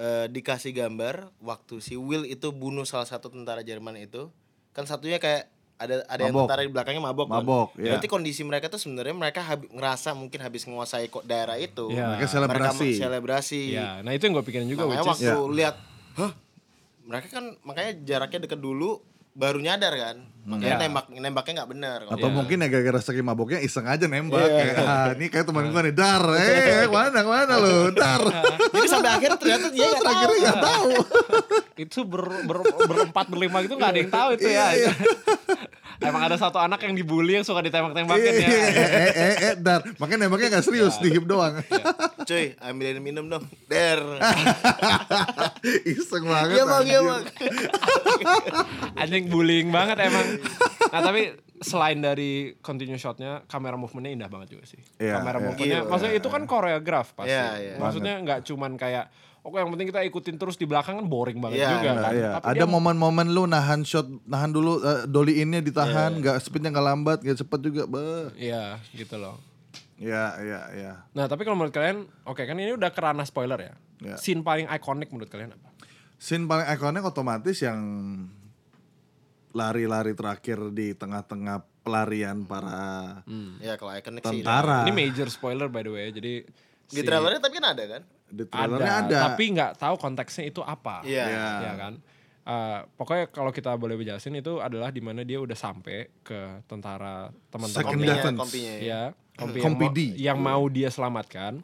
Speaker 3: Eh, dikasih gambar waktu si Will itu bunuh salah satu tentara Jerman itu kan satunya kayak ada ada yang
Speaker 2: Mabok.
Speaker 3: tentara di belakangnya mabok, kan.
Speaker 2: Mabok, iya.
Speaker 3: Berarti kondisi mereka tuh sebenarnya mereka habi- ngerasa mungkin habis menguasai kok daerah itu.
Speaker 1: Iya. Mereka
Speaker 2: selebrasi.
Speaker 3: Mereka selebrasi.
Speaker 1: Iya, nah itu yang gue pikirin juga
Speaker 3: makanya
Speaker 1: which is [LAUGHS]
Speaker 3: waktu lihat, hah, mereka kan makanya jaraknya deket dulu, baru nyadar kan, makanya
Speaker 1: Iya.
Speaker 3: nembak nembaknya nggak bener. kalau
Speaker 2: Atau
Speaker 1: Iya.
Speaker 2: mungkin ya gara-gara saking maboknya iseng aja nembak. Kayak, "Ah, ini kayak teman gue nih, dar, eh, mana, mana lo, dar.
Speaker 3: Jadi sampai akhir ternyata dia nggak tahu.
Speaker 2: Terakhirnya gak tahu.
Speaker 3: [LAUGHS] Iya.
Speaker 1: itu ber, ber- berempat berlima gitu nggak ada yang tahu itu ya.
Speaker 5: Emang ada satu anak yang dibully yang suka ditembak-tembakin
Speaker 1: Iya.
Speaker 3: Iya.
Speaker 2: Eh,
Speaker 5: ya.
Speaker 2: eh, eh, eh, dar. Makanya nembaknya gak serius, dihip doang.
Speaker 3: Cuy, ambilin minum dong. Der.
Speaker 2: [LAUGHS] Iseng banget.
Speaker 3: Iya bang, iya
Speaker 2: anjir.
Speaker 3: bang.
Speaker 1: Anjing bullying banget emang. Nah tapi selain dari continue shotnya, kamera movementnya indah banget juga sih.
Speaker 2: Iya,
Speaker 1: kamera
Speaker 2: iya.
Speaker 1: movementnya,
Speaker 3: Gila.
Speaker 1: maksudnya itu kan koreograf pasti.
Speaker 3: Iya, iya.
Speaker 1: Maksudnya nggak cuman kayak, oke yang penting kita ikutin terus di belakang kan boring banget
Speaker 3: Iya,
Speaker 1: juga
Speaker 2: Nah,
Speaker 1: kan.
Speaker 2: iya.
Speaker 1: Tapi
Speaker 2: Ada
Speaker 1: dia-
Speaker 2: momen-momen lu nahan shot, nahan dulu eh, dolly innya ditahan, nggak speednya nggak lambat, nggak cepet juga. Beuh.
Speaker 1: Iya gitu loh.
Speaker 2: Ya, ya, ya.
Speaker 1: Nah tapi kalau menurut kalian, oke kan ini udah kerana spoiler ya.
Speaker 2: Iya.
Speaker 1: Scene paling ikonik menurut kalian apa?
Speaker 2: Scene paling ikonik otomatis yang lari-lari terakhir di tengah-tengah pelarian para
Speaker 3: Ya kalau ikonik sih.
Speaker 2: tentara.
Speaker 1: Ini major spoiler by the way, jadi
Speaker 3: Di
Speaker 1: si-
Speaker 3: trailernya tapi kan ada kan?
Speaker 2: Di
Speaker 1: ada,
Speaker 2: trailernya ada.
Speaker 1: tapi nggak tahu konteksnya itu apa.
Speaker 3: Iya.
Speaker 2: Ya.
Speaker 1: ya kan. Eh, pokoknya kalau kita boleh jelasin itu adalah di mana dia udah sampai ke tentara
Speaker 2: Second
Speaker 1: teman-teman.
Speaker 2: Defense.
Speaker 3: Kompinya, kompinya ya.
Speaker 1: Ya, kompi yang,
Speaker 2: Kompi
Speaker 1: mau-
Speaker 2: D.
Speaker 1: yang mau dia selamatkan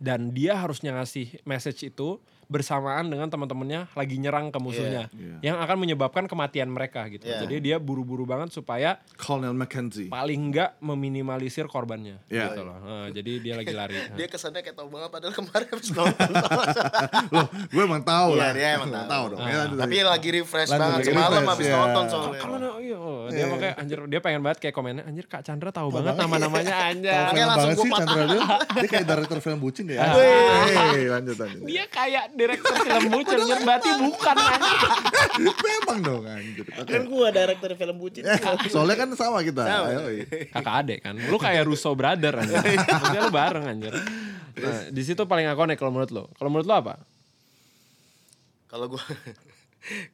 Speaker 1: dan dia harusnya ngasih message itu bersamaan dengan teman-temannya lagi nyerang ke musuhnya
Speaker 2: Iya.
Speaker 1: yang akan menyebabkan kematian mereka gitu.
Speaker 3: Iya.
Speaker 1: Jadi dia buru-buru banget supaya
Speaker 2: Colonel Mackenzie.
Speaker 1: paling nggak meminimalisir korbannya
Speaker 2: Iya.
Speaker 1: gitu loh. Eh, jadi dia lagi lari.
Speaker 3: [LAUGHS] Dia kesannya kayak tau banget padahal kemarin habis nonton.
Speaker 2: Loh, gue emang tahu
Speaker 3: Iya,
Speaker 2: lah.
Speaker 3: dia emang tahu.
Speaker 2: dong. Ya, lanjut
Speaker 3: tapi
Speaker 2: lagi.
Speaker 3: lagi refresh
Speaker 2: Lanjut,
Speaker 3: banget
Speaker 2: lagi
Speaker 3: semalam
Speaker 2: refresh,
Speaker 3: habis
Speaker 2: ya.
Speaker 3: nonton soalnya.
Speaker 1: Kalau no, iya, oh, dia makanya anjir dia pengen banget kayak komennya anjir Kak Chandra tahu banget nama-namanya anjir.
Speaker 2: Tahu
Speaker 3: Makanya
Speaker 2: film
Speaker 3: langsung
Speaker 2: banget
Speaker 3: gua
Speaker 2: sih
Speaker 3: patah. Ah.
Speaker 2: Chandra
Speaker 3: [LAUGHS]
Speaker 2: dia. Dia kayak director film bucin ya. Hei, lanjut lanjut.
Speaker 3: Iya.
Speaker 1: Dia kayak direktur film bucin anjir berarti bukan anjir.
Speaker 2: Memang dong anjir. Oke.
Speaker 4: Kan gua director film bucin.
Speaker 2: [LAUGHS] Soalnya kan sama kita. Ayo, iya.
Speaker 1: Kakak adek kan. Lu kayak Russo brother anjir. Maksudnya lu bareng anjir. Nah, di situ paling ikonik kalau menurut lu. Kalau menurut lu apa?
Speaker 3: Kalau gua [LAUGHS]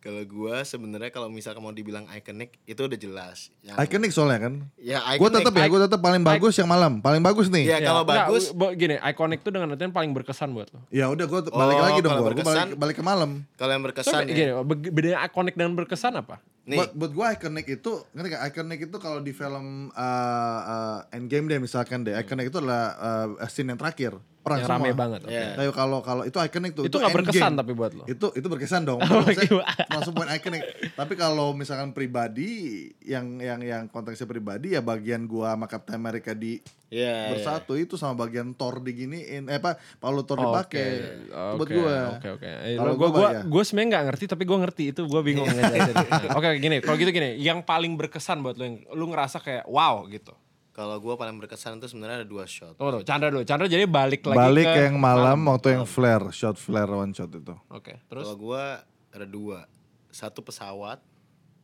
Speaker 3: kalau gua sebenarnya kalau misalkan mau dibilang ikonik itu udah jelas. Yang
Speaker 2: Iconic soalnya kan.
Speaker 3: Ya
Speaker 2: Gue
Speaker 3: ikonik.
Speaker 2: tetap ya, gue tetap paling bagus yang malam, paling bagus
Speaker 3: Ya,
Speaker 2: nih.
Speaker 3: kalau
Speaker 1: Iya. Nggak,
Speaker 3: bagus
Speaker 1: bo- gini, ikonik tuh dengan artian paling berkesan buat lu.
Speaker 2: Ya udah gue balik
Speaker 3: Oh,
Speaker 2: lagi dong
Speaker 3: kalau
Speaker 2: gue, balik,
Speaker 3: berkesan.
Speaker 2: balik ke malam.
Speaker 3: kalau yang
Speaker 1: So,
Speaker 3: berkesan ya.
Speaker 1: gini, be- bedanya ikonik dan berkesan apa?
Speaker 3: Nih,
Speaker 2: Buat, buat gue iconic itu, ngerti gak? Iconic itu kalau di film uh, uh, Endgame deh misalkan deh, iconic itu adalah uh, scene yang terakhir, perang
Speaker 1: Yang
Speaker 2: semua.
Speaker 1: rame banget. oke.
Speaker 3: ya.
Speaker 2: Tapi kalau kalau itu iconic tuh.
Speaker 1: Itu nggak berkesan
Speaker 2: endgame.
Speaker 1: tapi buat lo?
Speaker 2: Itu itu berkesan
Speaker 1: [LAUGHS]
Speaker 2: dong.
Speaker 1: gimana?
Speaker 2: Maksudnya, Langsung poin iconic. tapi kalau misalkan pribadi yang yang yang konteksnya pribadi ya bagian gua sama Captain America di
Speaker 3: Iya, iya.
Speaker 2: bersatu itu sama bagian Thor diginiin eh apa Palu Thor
Speaker 1: Oke,
Speaker 2: dipakai. Itu buat
Speaker 1: oke,
Speaker 2: gua.
Speaker 1: Oke, Eh, oke.
Speaker 2: Kalau
Speaker 1: Gue
Speaker 2: gua
Speaker 1: gue
Speaker 2: apa ya?
Speaker 1: gue sebenarnya nggak ngerti tapi gue ngerti itu gue
Speaker 2: [LAUGHS]
Speaker 1: bingung ngejelasin. Nah, Oke, gini. Kalau gitu gini, yang paling berkesan buat lo yang lu ngerasa kayak wow gitu.
Speaker 3: Kalau gua paling berkesan itu sebenarnya ada dua shot.
Speaker 1: Tunggu tuh, Chandra dulu. Chandra jadi balik lagi
Speaker 2: Balik
Speaker 1: ke
Speaker 2: yang malam waktu yang flare, shot flare one shot itu.
Speaker 1: Oke, terus
Speaker 3: Kalau gua ada dua. Satu pesawat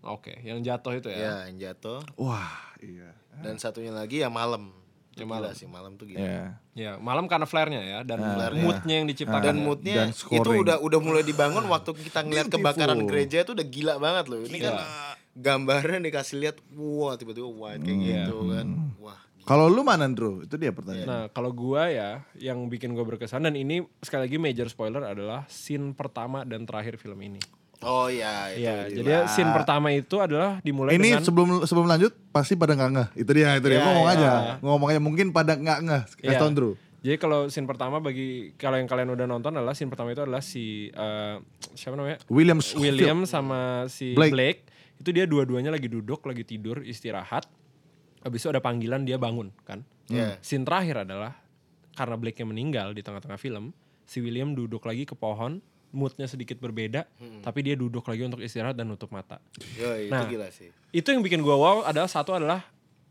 Speaker 1: oke, yang jatuh itu
Speaker 2: Iya.
Speaker 1: ya.
Speaker 3: ya yang jatuh
Speaker 2: Wah, iya.
Speaker 3: dan satunya lagi ya malam. Itu gila sih malam tuh gila.
Speaker 2: Iya.
Speaker 1: Ya, malam karena flare-nya ya dan mood-nya yang diciptakan.
Speaker 3: Dan
Speaker 1: ya.
Speaker 3: moodnya
Speaker 2: Nah, Dan
Speaker 3: itu
Speaker 2: scoring.
Speaker 3: udah udah mulai dibangun waktu kita ngeliat kebakaran gereja itu udah gila banget loh. Ini kan gambarnya dikasih lihat, wah tiba-tiba wah kayak
Speaker 2: Iya.
Speaker 3: gitu kan.
Speaker 2: Hmm.
Speaker 3: Wah.
Speaker 2: Kalau lu mana, Andrew? Itu dia pertanyaan.
Speaker 1: Nah, kalau gua ya yang bikin gua berkesan dan ini sekali lagi major spoiler adalah scene pertama dan terakhir film ini.
Speaker 3: Oh iya itu.
Speaker 1: Iya, jadi scene pertama itu adalah dimulai
Speaker 2: Ini
Speaker 1: dengan
Speaker 2: sebelum sebelum lanjut pasti pada nggak ngeh. Itu dia, itu dia.
Speaker 3: Iya,
Speaker 2: ngomong
Speaker 3: iya.
Speaker 2: aja, ngomong aja. Mungkin pada nggak ngeh. Kasih
Speaker 1: Iya.
Speaker 2: tau, Andrew.
Speaker 1: Jadi kalau scene pertama bagi kalau yang kalian udah nonton adalah scene pertama itu adalah si eh, siapa namanya?
Speaker 2: William Schofield.
Speaker 1: William sama si
Speaker 2: Blake.
Speaker 1: Blake. itu dia dua-duanya lagi duduk, lagi tidur, istirahat. Habis itu ada panggilan dia bangun kan.
Speaker 3: Iya.
Speaker 1: Scene terakhir adalah karena Blake-nya meninggal di tengah-tengah film, si William duduk lagi ke pohon, moodnya sedikit berbeda, tapi dia duduk lagi untuk istirahat dan nutup mata
Speaker 3: Yo, itu
Speaker 1: Nah.
Speaker 3: gila sih.
Speaker 1: itu yang bikin gua wow adalah satu adalah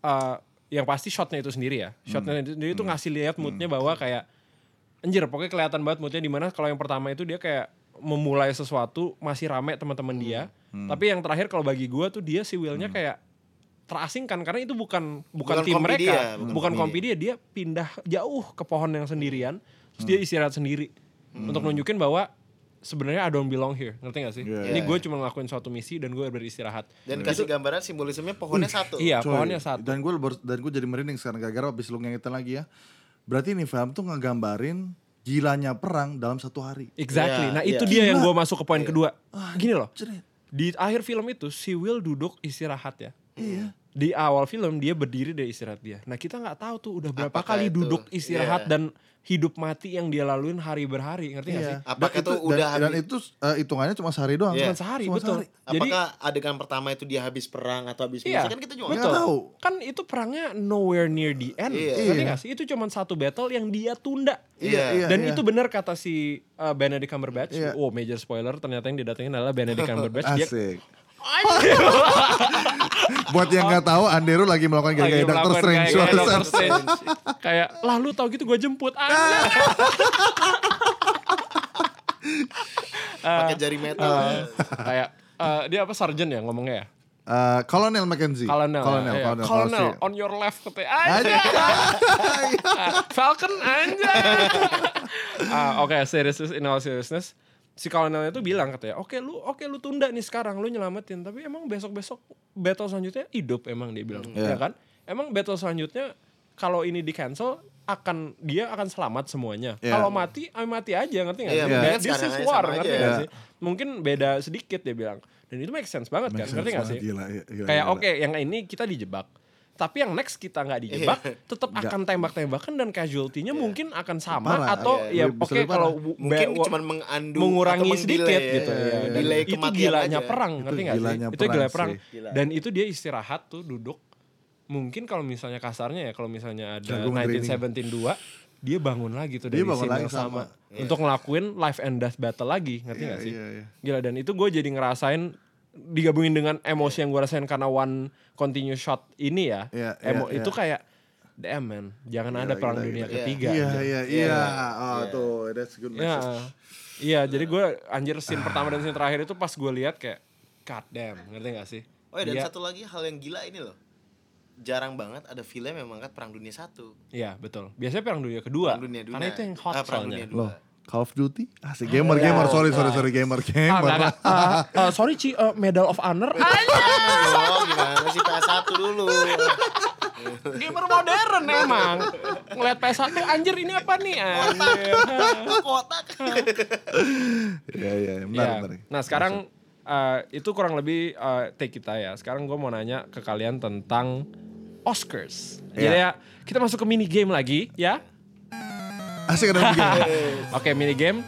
Speaker 1: eh, yang pasti shotnya itu sendiri ya shotnya
Speaker 2: Hmm.
Speaker 1: itu sendiri itu ngasih lihat moodnya bahwa kayak anjir pokoknya kelihatan banget moodnya dimana kalau yang pertama itu dia kayak memulai sesuatu masih rame teman-teman dia
Speaker 2: Hmm,
Speaker 1: tapi yang terakhir kalau bagi gua tuh dia si willnya kayak terasingkan karena itu bukan bukan,
Speaker 3: Bukan
Speaker 1: tim
Speaker 3: kompi
Speaker 1: mereka
Speaker 3: dia, bukan
Speaker 1: bukan,
Speaker 3: kompi
Speaker 1: kompi dia dia pindah jauh ke pohon yang sendirian terus
Speaker 2: Hmm.
Speaker 1: dia istirahat sendiri
Speaker 3: Hmm.
Speaker 1: untuk nunjukin bahwa sebenarnya I don't belong here ngerti gak sih
Speaker 2: Iya.
Speaker 1: ini gue cuma ngelakuin suatu misi dan gue beristirahat
Speaker 2: Nah,
Speaker 3: Dan kasih gambaran simbolismenya pohonnya satu.
Speaker 1: Iya,
Speaker 2: Coy,
Speaker 1: pohonnya satu.
Speaker 2: Dan gue dan gue jadi merinding sekarang gara-gara abis lu ngingetin lagi ya. Berarti ini film tuh ngegambarin gilanya perang dalam satu hari.
Speaker 1: Exactly.
Speaker 3: Iya,
Speaker 1: nah,
Speaker 3: iya.
Speaker 1: itu dia yang gue masuk ke poin kedua. Gini loh.
Speaker 2: Cerit.
Speaker 1: Di akhir film itu si Will duduk istirahat ya.
Speaker 2: Iya.
Speaker 1: di awal film dia berdiri dari istirahat dia. Nah kita nggak tahu tuh udah berapa
Speaker 3: Apakah
Speaker 1: kali
Speaker 3: itu?
Speaker 1: duduk istirahat
Speaker 3: Iya.
Speaker 1: dan hidup mati yang dia laluin hari berhari, ngerti nggak sih?
Speaker 2: Iya.
Speaker 3: Ya Apakah
Speaker 2: Dan
Speaker 3: tuh
Speaker 2: itu-
Speaker 3: udah
Speaker 2: dan, dan
Speaker 3: habis-
Speaker 2: itu eh, hitungannya cuma sehari doang.
Speaker 3: Iya.
Speaker 1: Cuman sehari,
Speaker 2: Cuma
Speaker 1: betul.
Speaker 2: sehari.
Speaker 1: Jadi
Speaker 3: Apakah adegan pertama itu dia habis perang atau habis
Speaker 1: Iya,
Speaker 3: musuh? kan kita juga nggak
Speaker 1: betul.
Speaker 2: nggak tahu.
Speaker 1: Kan itu perangnya nowhere near the end,
Speaker 3: Iya.
Speaker 1: ngerti
Speaker 2: Iya.
Speaker 1: nggak sih? Itu cuma satu battle yang dia tunda.
Speaker 3: Iya,
Speaker 2: iya,
Speaker 1: Dan
Speaker 2: iya.
Speaker 1: itu benar kata si uh, Benedict Cumberbatch.
Speaker 2: Iya.
Speaker 1: Oh, major spoiler ternyata yang didatengin adalah Benedict Cumberbatch. dia
Speaker 2: Asik. Buat yang nggak tahu, Andero lagi melakukan
Speaker 5: Lagi
Speaker 2: gaya-gaya Doctor
Speaker 5: melakukan
Speaker 2: Strange.
Speaker 5: gaya-gaya
Speaker 2: barusan.
Speaker 5: Dr. Strange.
Speaker 1: kayak, "Lah lu tau gitu gue jemput." Ah. Eh,
Speaker 3: pakai jari metal.
Speaker 1: kayak uh, dia apa sergeant ya ngomongnya ya?
Speaker 2: Eh, Colonel Mackenzie.
Speaker 1: Kolonel.
Speaker 2: Kolonel.
Speaker 1: ya?
Speaker 2: Kolonel.
Speaker 1: Iya.
Speaker 2: Kolonel.
Speaker 1: Kolonel, on your left kata. ya. Ah, Aja.
Speaker 2: Aja.
Speaker 1: [LAUGHS] Falcon aja. [LAUGHS] ah, oke, seriousness in all seriousness. Si kolonelnya tuh bilang katanya, "Oke, lu oke lu tunda nih sekarang, lu nyelamatin, tapi emang besok-besok battle selanjutnya hidup emang dia bilang." Ya kan? Emang battle selanjutnya kalau ini di cancel akan dia akan selamat semuanya.
Speaker 2: Iya.
Speaker 1: Kalau mati, ah, mati aja ngerti nggak?
Speaker 3: Iya,
Speaker 1: sih?
Speaker 3: mendingan
Speaker 1: This
Speaker 3: sekarang
Speaker 1: is
Speaker 3: aja
Speaker 1: war,
Speaker 3: sama
Speaker 1: ngerti
Speaker 3: aja.
Speaker 1: nggak
Speaker 2: Iya.
Speaker 1: sih? Mungkin beda sedikit dia bilang. Dan itu make sense banget kan, ngerti nggak sih?
Speaker 2: Gila, iya, gila,
Speaker 1: kayak
Speaker 2: gila.
Speaker 1: oke yang ini kita dijebak tapi yang next kita
Speaker 2: Iya.
Speaker 1: nggak dijebak tetap akan tembak-tembakan dan casualty-nya mungkin akan sama
Speaker 2: Parah.
Speaker 1: atau ya
Speaker 2: Iya.
Speaker 1: oke
Speaker 2: Lebih- bisa lebih parah.
Speaker 1: kalau bu-
Speaker 3: Mungkin
Speaker 1: be-
Speaker 3: cuman mengandu
Speaker 1: mengurangi
Speaker 3: atau
Speaker 1: sedikit
Speaker 3: mendelay ya.
Speaker 1: gitu ya.
Speaker 2: Iya,
Speaker 1: Dan
Speaker 3: Delay
Speaker 1: itu
Speaker 3: kematian
Speaker 1: gilanya
Speaker 3: aja.
Speaker 1: perang
Speaker 2: Itu
Speaker 1: ngerti nggak sih
Speaker 2: gilanya
Speaker 1: itu gila
Speaker 2: perang
Speaker 1: perang
Speaker 2: sih.
Speaker 3: Gila.
Speaker 1: dan itu dia istirahat tuh duduk mungkin kalau misalnya kasarnya ya kalau misalnya ada
Speaker 2: Jago ngegrinding.
Speaker 1: 1972 dia bangun lagi tuh
Speaker 2: Dia
Speaker 1: dari
Speaker 2: bangun
Speaker 1: scene
Speaker 2: lagi
Speaker 1: yang sama,
Speaker 2: sama.
Speaker 1: untuk ngelakuin life and death battle lagi ngerti nggak sih
Speaker 2: Iya, iya.
Speaker 1: Gila dan itu gue jadi ngerasain digabungin dengan emosi yang gue rasain karena one continuous shot ini ya.
Speaker 2: Iya,
Speaker 1: emo
Speaker 2: iya,
Speaker 1: itu
Speaker 2: iya.
Speaker 1: kayak damn man, jangan ada perang
Speaker 2: gila,
Speaker 1: dunia
Speaker 3: gila.
Speaker 1: ketiga.
Speaker 2: Iya,
Speaker 1: anjir.
Speaker 2: iya, iya. Oh, tuh, that's
Speaker 1: Iya.
Speaker 2: good message.
Speaker 1: Iya, jadi gue anjir scene pertama dan scene terakhir itu pas gue lihat kayak god damn, ngerti gak sih? Iya,
Speaker 3: Oh ya, dan
Speaker 1: Dia-
Speaker 3: satu lagi hal yang gila ini loh. Jarang banget ada film yang mengangkat perang dunia satu.
Speaker 1: Iya, betul. Biasanya perang dunia kedua.
Speaker 3: Perang dunia dua.
Speaker 1: Karena itu yang hot
Speaker 3: Ah, perang
Speaker 1: soalnya.
Speaker 3: dunia
Speaker 2: Loh,
Speaker 3: dua.
Speaker 2: Call of Duty? Asik. Gamer, gamer. Sorry, sorry, sorry. Gamer,
Speaker 1: iya. Ah,
Speaker 2: gamer.
Speaker 1: enggak, enggak. Ah, ah, sorry Ci, eh, Medal of Honor. Anjir,
Speaker 3: Loh, gimana sih PS1 dulu?
Speaker 1: gamer modern emang. Ngeliat PS1, anjir ini apa nih? Anjir.
Speaker 3: Kotak.
Speaker 2: [LAUGHS] Iya, iya. Benar,
Speaker 1: Iya.
Speaker 2: benar.
Speaker 1: Nah sekarang eh, itu kurang lebih eh, take kita ya. Sekarang gue mau nanya ke kalian tentang Oscars.
Speaker 2: Iya.
Speaker 1: Jadi ya kita masuk ke mini game lagi ya.
Speaker 2: Asik ada begini.
Speaker 1: [LAUGHS] Oke mini game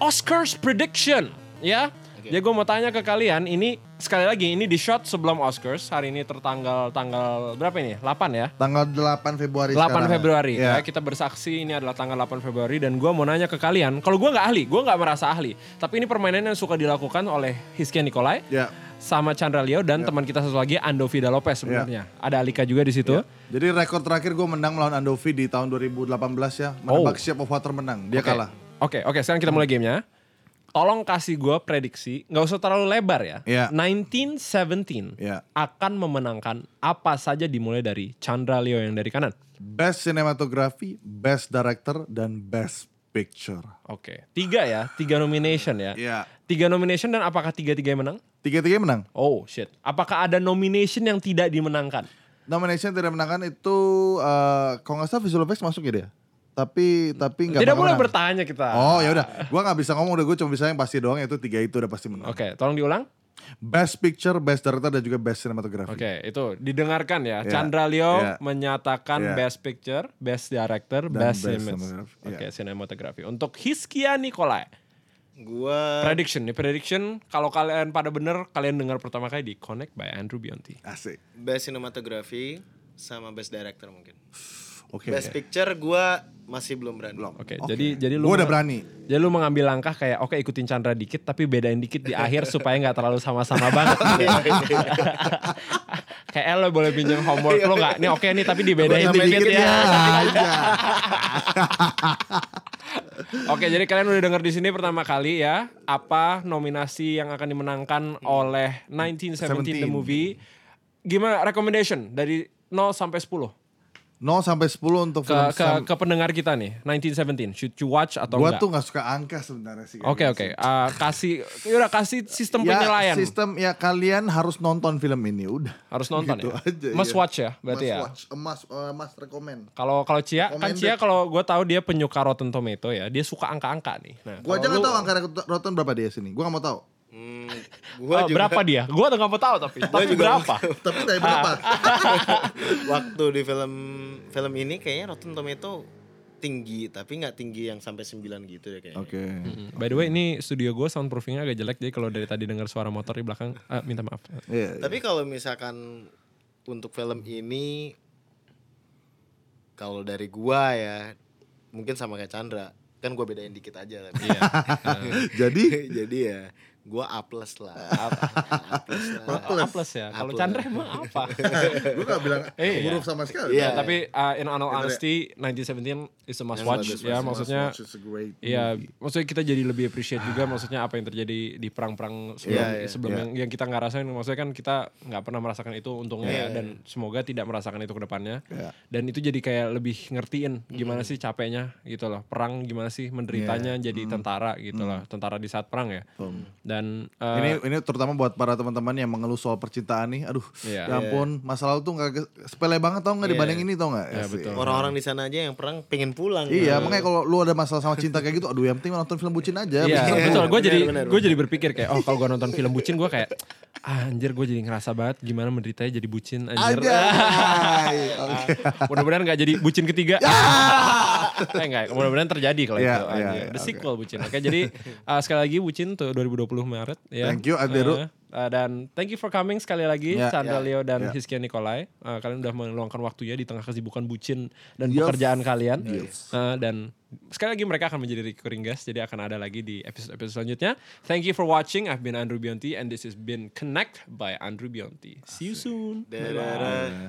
Speaker 1: Oscars prediction ya. Jadi gue mau tanya ke kalian ini sekali lagi ini di shot sebelum Oscars hari ini tertanggal tanggal berapa ini? 8 ya.
Speaker 2: Tanggal 8 Februari
Speaker 1: 8
Speaker 2: sekarang.
Speaker 1: Februari
Speaker 2: Iya.
Speaker 1: ya. kita bersaksi ini adalah tanggal 8 Februari dan gua mau nanya ke kalian kalau gua nggak ahli gua nggak merasa ahli tapi ini permainan yang suka dilakukan oleh Hiskia Nikolai
Speaker 2: Ya.
Speaker 1: sama Chandra Leo dan teman kita satu lagi Ando Vida Lopez sebenarnya ada Alika juga di situ
Speaker 2: Jadi rekor terakhir gue menang melawan Andovi di tahun 2018 ya. Menebak
Speaker 1: Oh.
Speaker 2: siap of Water menang. Dia
Speaker 1: Oke.
Speaker 2: kalah.
Speaker 1: oke oke sekarang kita mulai gamenya tolong kasih gua prediksi nggak usah terlalu lebar ya
Speaker 2: Iya.
Speaker 1: 1917
Speaker 2: Ya.
Speaker 1: akan memenangkan apa saja dimulai dari Chandra Leo yang dari kanan
Speaker 2: Best Cinematography, Best Director, dan Best Picture.
Speaker 1: oke tiga ya tiga nomination ya
Speaker 2: Iya.
Speaker 1: tiga nomination dan apakah tiga tiga menang
Speaker 2: Tiga-tiga menang.
Speaker 1: Oh shit. Apakah ada nomination yang tidak dimenangkan?
Speaker 2: Nomination tidak menangkan itu, eh kalau nggak salah visual effects masuk ya dia? Tapi, tapi nggak
Speaker 1: tidak
Speaker 2: bakal
Speaker 1: boleh
Speaker 2: menang.
Speaker 1: bertanya kita.
Speaker 2: Oh ya udah, gue nggak bisa ngomong udah gue cuma bisa yang pasti doang yaitu tiga itu udah pasti menang.
Speaker 1: Oke, tolong diulang.
Speaker 2: Best Picture, Best Director dan juga Best Cinematography.
Speaker 1: Oke, itu didengarkan ya.
Speaker 2: Ya,
Speaker 1: Chandra Leo
Speaker 2: ya.
Speaker 1: menyatakan
Speaker 2: Ya.
Speaker 1: Best Picture, Best Director,
Speaker 2: Dan
Speaker 1: Best,
Speaker 2: Best
Speaker 1: Cinemat-
Speaker 2: Cinematography, ya.
Speaker 1: Oke, Cinematography. Untuk Hiskia Nikolai.
Speaker 3: Gua
Speaker 1: Prediction nih, prediction kalau kalian pada bener kalian dengar pertama kali di Connect by Andrew Bionti.
Speaker 2: Asik.
Speaker 3: best cinematography sama best director mungkin.
Speaker 2: Oke.
Speaker 3: Best picture gua masih belum berani. Belum.
Speaker 1: Oke,
Speaker 2: Oke.
Speaker 1: jadi jadi lu
Speaker 2: Gua udah
Speaker 1: meng-
Speaker 2: berani.
Speaker 1: Jadi lu mengambil langkah kayak oke ikutin Chandra dikit tapi bedain dikit di akhir supaya nggak terlalu sama-sama
Speaker 2: [LAUGHS]
Speaker 1: banget.
Speaker 2: Iya,
Speaker 1: kayak eh, lo boleh pinjam homework lo nggak? Nih oke nih tapi dibedain
Speaker 2: Gua nyamain
Speaker 1: dikit
Speaker 2: dikit
Speaker 1: ya.
Speaker 2: aja.
Speaker 1: Oke, jadi kalian udah denger di sini pertama kali ya apa nominasi yang akan dimenangkan oleh 1917 the
Speaker 2: 17.
Speaker 1: movie. Gimana recommendation dari 0 sampai 10
Speaker 2: 0 sampai 10 untuk
Speaker 1: ke
Speaker 2: film
Speaker 1: ke, ke pendengar kita nih 1917 should you watch atau
Speaker 2: Gue
Speaker 1: enggak?
Speaker 2: tuh gak suka angka sebenarnya sih.
Speaker 1: Oke oke, Eh, kasih yaudah kasih [LAUGHS] sistem
Speaker 2: Ya
Speaker 1: penilaian.
Speaker 2: sistem ya kalian harus nonton film ini udah.
Speaker 1: harus nonton
Speaker 2: Gitu
Speaker 1: ya.
Speaker 2: aja,
Speaker 1: must
Speaker 2: iya.
Speaker 1: watch ya berarti
Speaker 2: must
Speaker 1: ya.
Speaker 2: watch, eh, must, eh, must recommend.
Speaker 1: Kalau kalau Cia kan
Speaker 2: Recommended.
Speaker 1: Cia kalau gue tahu dia penyuka Rotten Tomato ya, dia suka angka-angka nih. Nah,
Speaker 2: Gue
Speaker 1: kalau
Speaker 2: aja
Speaker 1: lu-
Speaker 2: gak tau angka Rotten berapa dia sini. Gue gak mau tahu.
Speaker 3: Hmm, gua
Speaker 1: Oh,
Speaker 3: juga
Speaker 1: berapa dia? Gua udah nggak mau tahu tapi. tapi
Speaker 3: juga-
Speaker 1: berapa?
Speaker 2: Tapi
Speaker 1: [LAUGHS]
Speaker 2: dari berapa?
Speaker 3: waktu di film film ini kayaknya Rotten Tomato tinggi tapi nggak tinggi yang sampai 9 gitu deh kayaknya.
Speaker 2: Oke.
Speaker 1: By the way, ini studio gue soundproofingnya agak jelek, jadi kalau dari tadi dengar suara motor di belakang, ah, minta maaf.
Speaker 2: Iya.
Speaker 3: Tapi kalau misalkan untuk film ini kalau dari gua ya mungkin sama kayak Chandra kan gua bedain dikit aja tapi ya.
Speaker 1: Iya.
Speaker 2: Jadi
Speaker 3: [LAUGHS] Jadi ya gua A plus lah. A, A plus lah.
Speaker 1: [LAUGHS] A plus ya. Kalau Chandra emang apa?
Speaker 2: gue gak bilang
Speaker 1: [LAUGHS] Iya.
Speaker 2: huruf sama sekali.
Speaker 1: Ya,
Speaker 3: Iya.
Speaker 1: tapi uh, in all honesty, 1917 is a must watch.
Speaker 3: bagus,
Speaker 1: Ya, maksudnya
Speaker 2: It's a great
Speaker 1: Iya, maksudnya kita jadi lebih appreciate juga maksudnya apa yang terjadi di perang-perang sebelum
Speaker 3: Iya, iya,
Speaker 1: sebelum
Speaker 2: iya.
Speaker 1: yang, yang kita nggak rasain maksudnya kan kita nggak pernah merasakan itu untungnya
Speaker 3: Iya,
Speaker 1: ya, dan semoga tidak merasakan itu ke depannya.
Speaker 2: Iya.
Speaker 1: Dan itu jadi kayak lebih ngertiin gimana sih capeknya gitu loh. Perang gimana sih menderitanya
Speaker 3: Iya.
Speaker 1: jadi
Speaker 3: Mm.
Speaker 1: tentara gitu loh. Tentara di saat perang ya. Dan uh,
Speaker 2: ini ini terutama buat para teman-teman yang mengeluh soal percintaan nih. Aduh,
Speaker 1: Iya.
Speaker 2: ya ampun, masalah lu tuh gak ke- sepele banget tau nggak dibanding ini tau nggak?
Speaker 1: Iya,
Speaker 2: Asik.
Speaker 1: betul.
Speaker 3: Orang-orang di sana aja yang perang pengen pulang.
Speaker 2: Iya, makanya kalau lu ada masalah sama cinta kayak gitu, aduh yang penting nonton film bucin aja.
Speaker 1: Iya [LAUGHS]
Speaker 2: Abis itu-
Speaker 3: [LAUGHS]
Speaker 1: betul. Gue
Speaker 3: benar,
Speaker 1: jadi
Speaker 3: benar,
Speaker 1: gue jadi berpikir kayak oh kalau gue nonton film bucin gue kayak ah, anjir gue jadi ngerasa banget gimana menderitanya jadi bucin anjir.
Speaker 2: Aja.
Speaker 1: [LAUGHS]
Speaker 2: Iya.
Speaker 1: Mudah-mudahan gak jadi bucin ketiga.
Speaker 2: Ya.
Speaker 1: [LAUGHS] eh enggak, mudah-mudahan terjadi kalau
Speaker 2: Iya,
Speaker 1: itu.
Speaker 2: iya,
Speaker 1: anjir.
Speaker 2: iya,
Speaker 1: The sequel bucin. Oke,
Speaker 2: [LAUGHS]
Speaker 1: jadi uh, sekali lagi bucin tuh 2020 Maret ya.
Speaker 2: Thank you, Adero.
Speaker 1: Uh, uh, dan thank you for coming sekali lagi
Speaker 2: Ya,
Speaker 1: Chandra
Speaker 2: ya,
Speaker 1: Leo dan
Speaker 2: ya.
Speaker 1: Hiskia Nikolai. Uh, kalian udah meluangkan waktunya di tengah kesibukan bucin dan
Speaker 2: Yes.
Speaker 1: pekerjaan kalian.
Speaker 2: Yes.
Speaker 1: Uh, dan sekali lagi mereka akan menjadi recurring guest jadi akan ada lagi di episode-episode selanjutnya. Thank you for watching. I've been Andrew Bionti and this has been Connect by Andrew Bionti. See you soon.
Speaker 3: Daerah-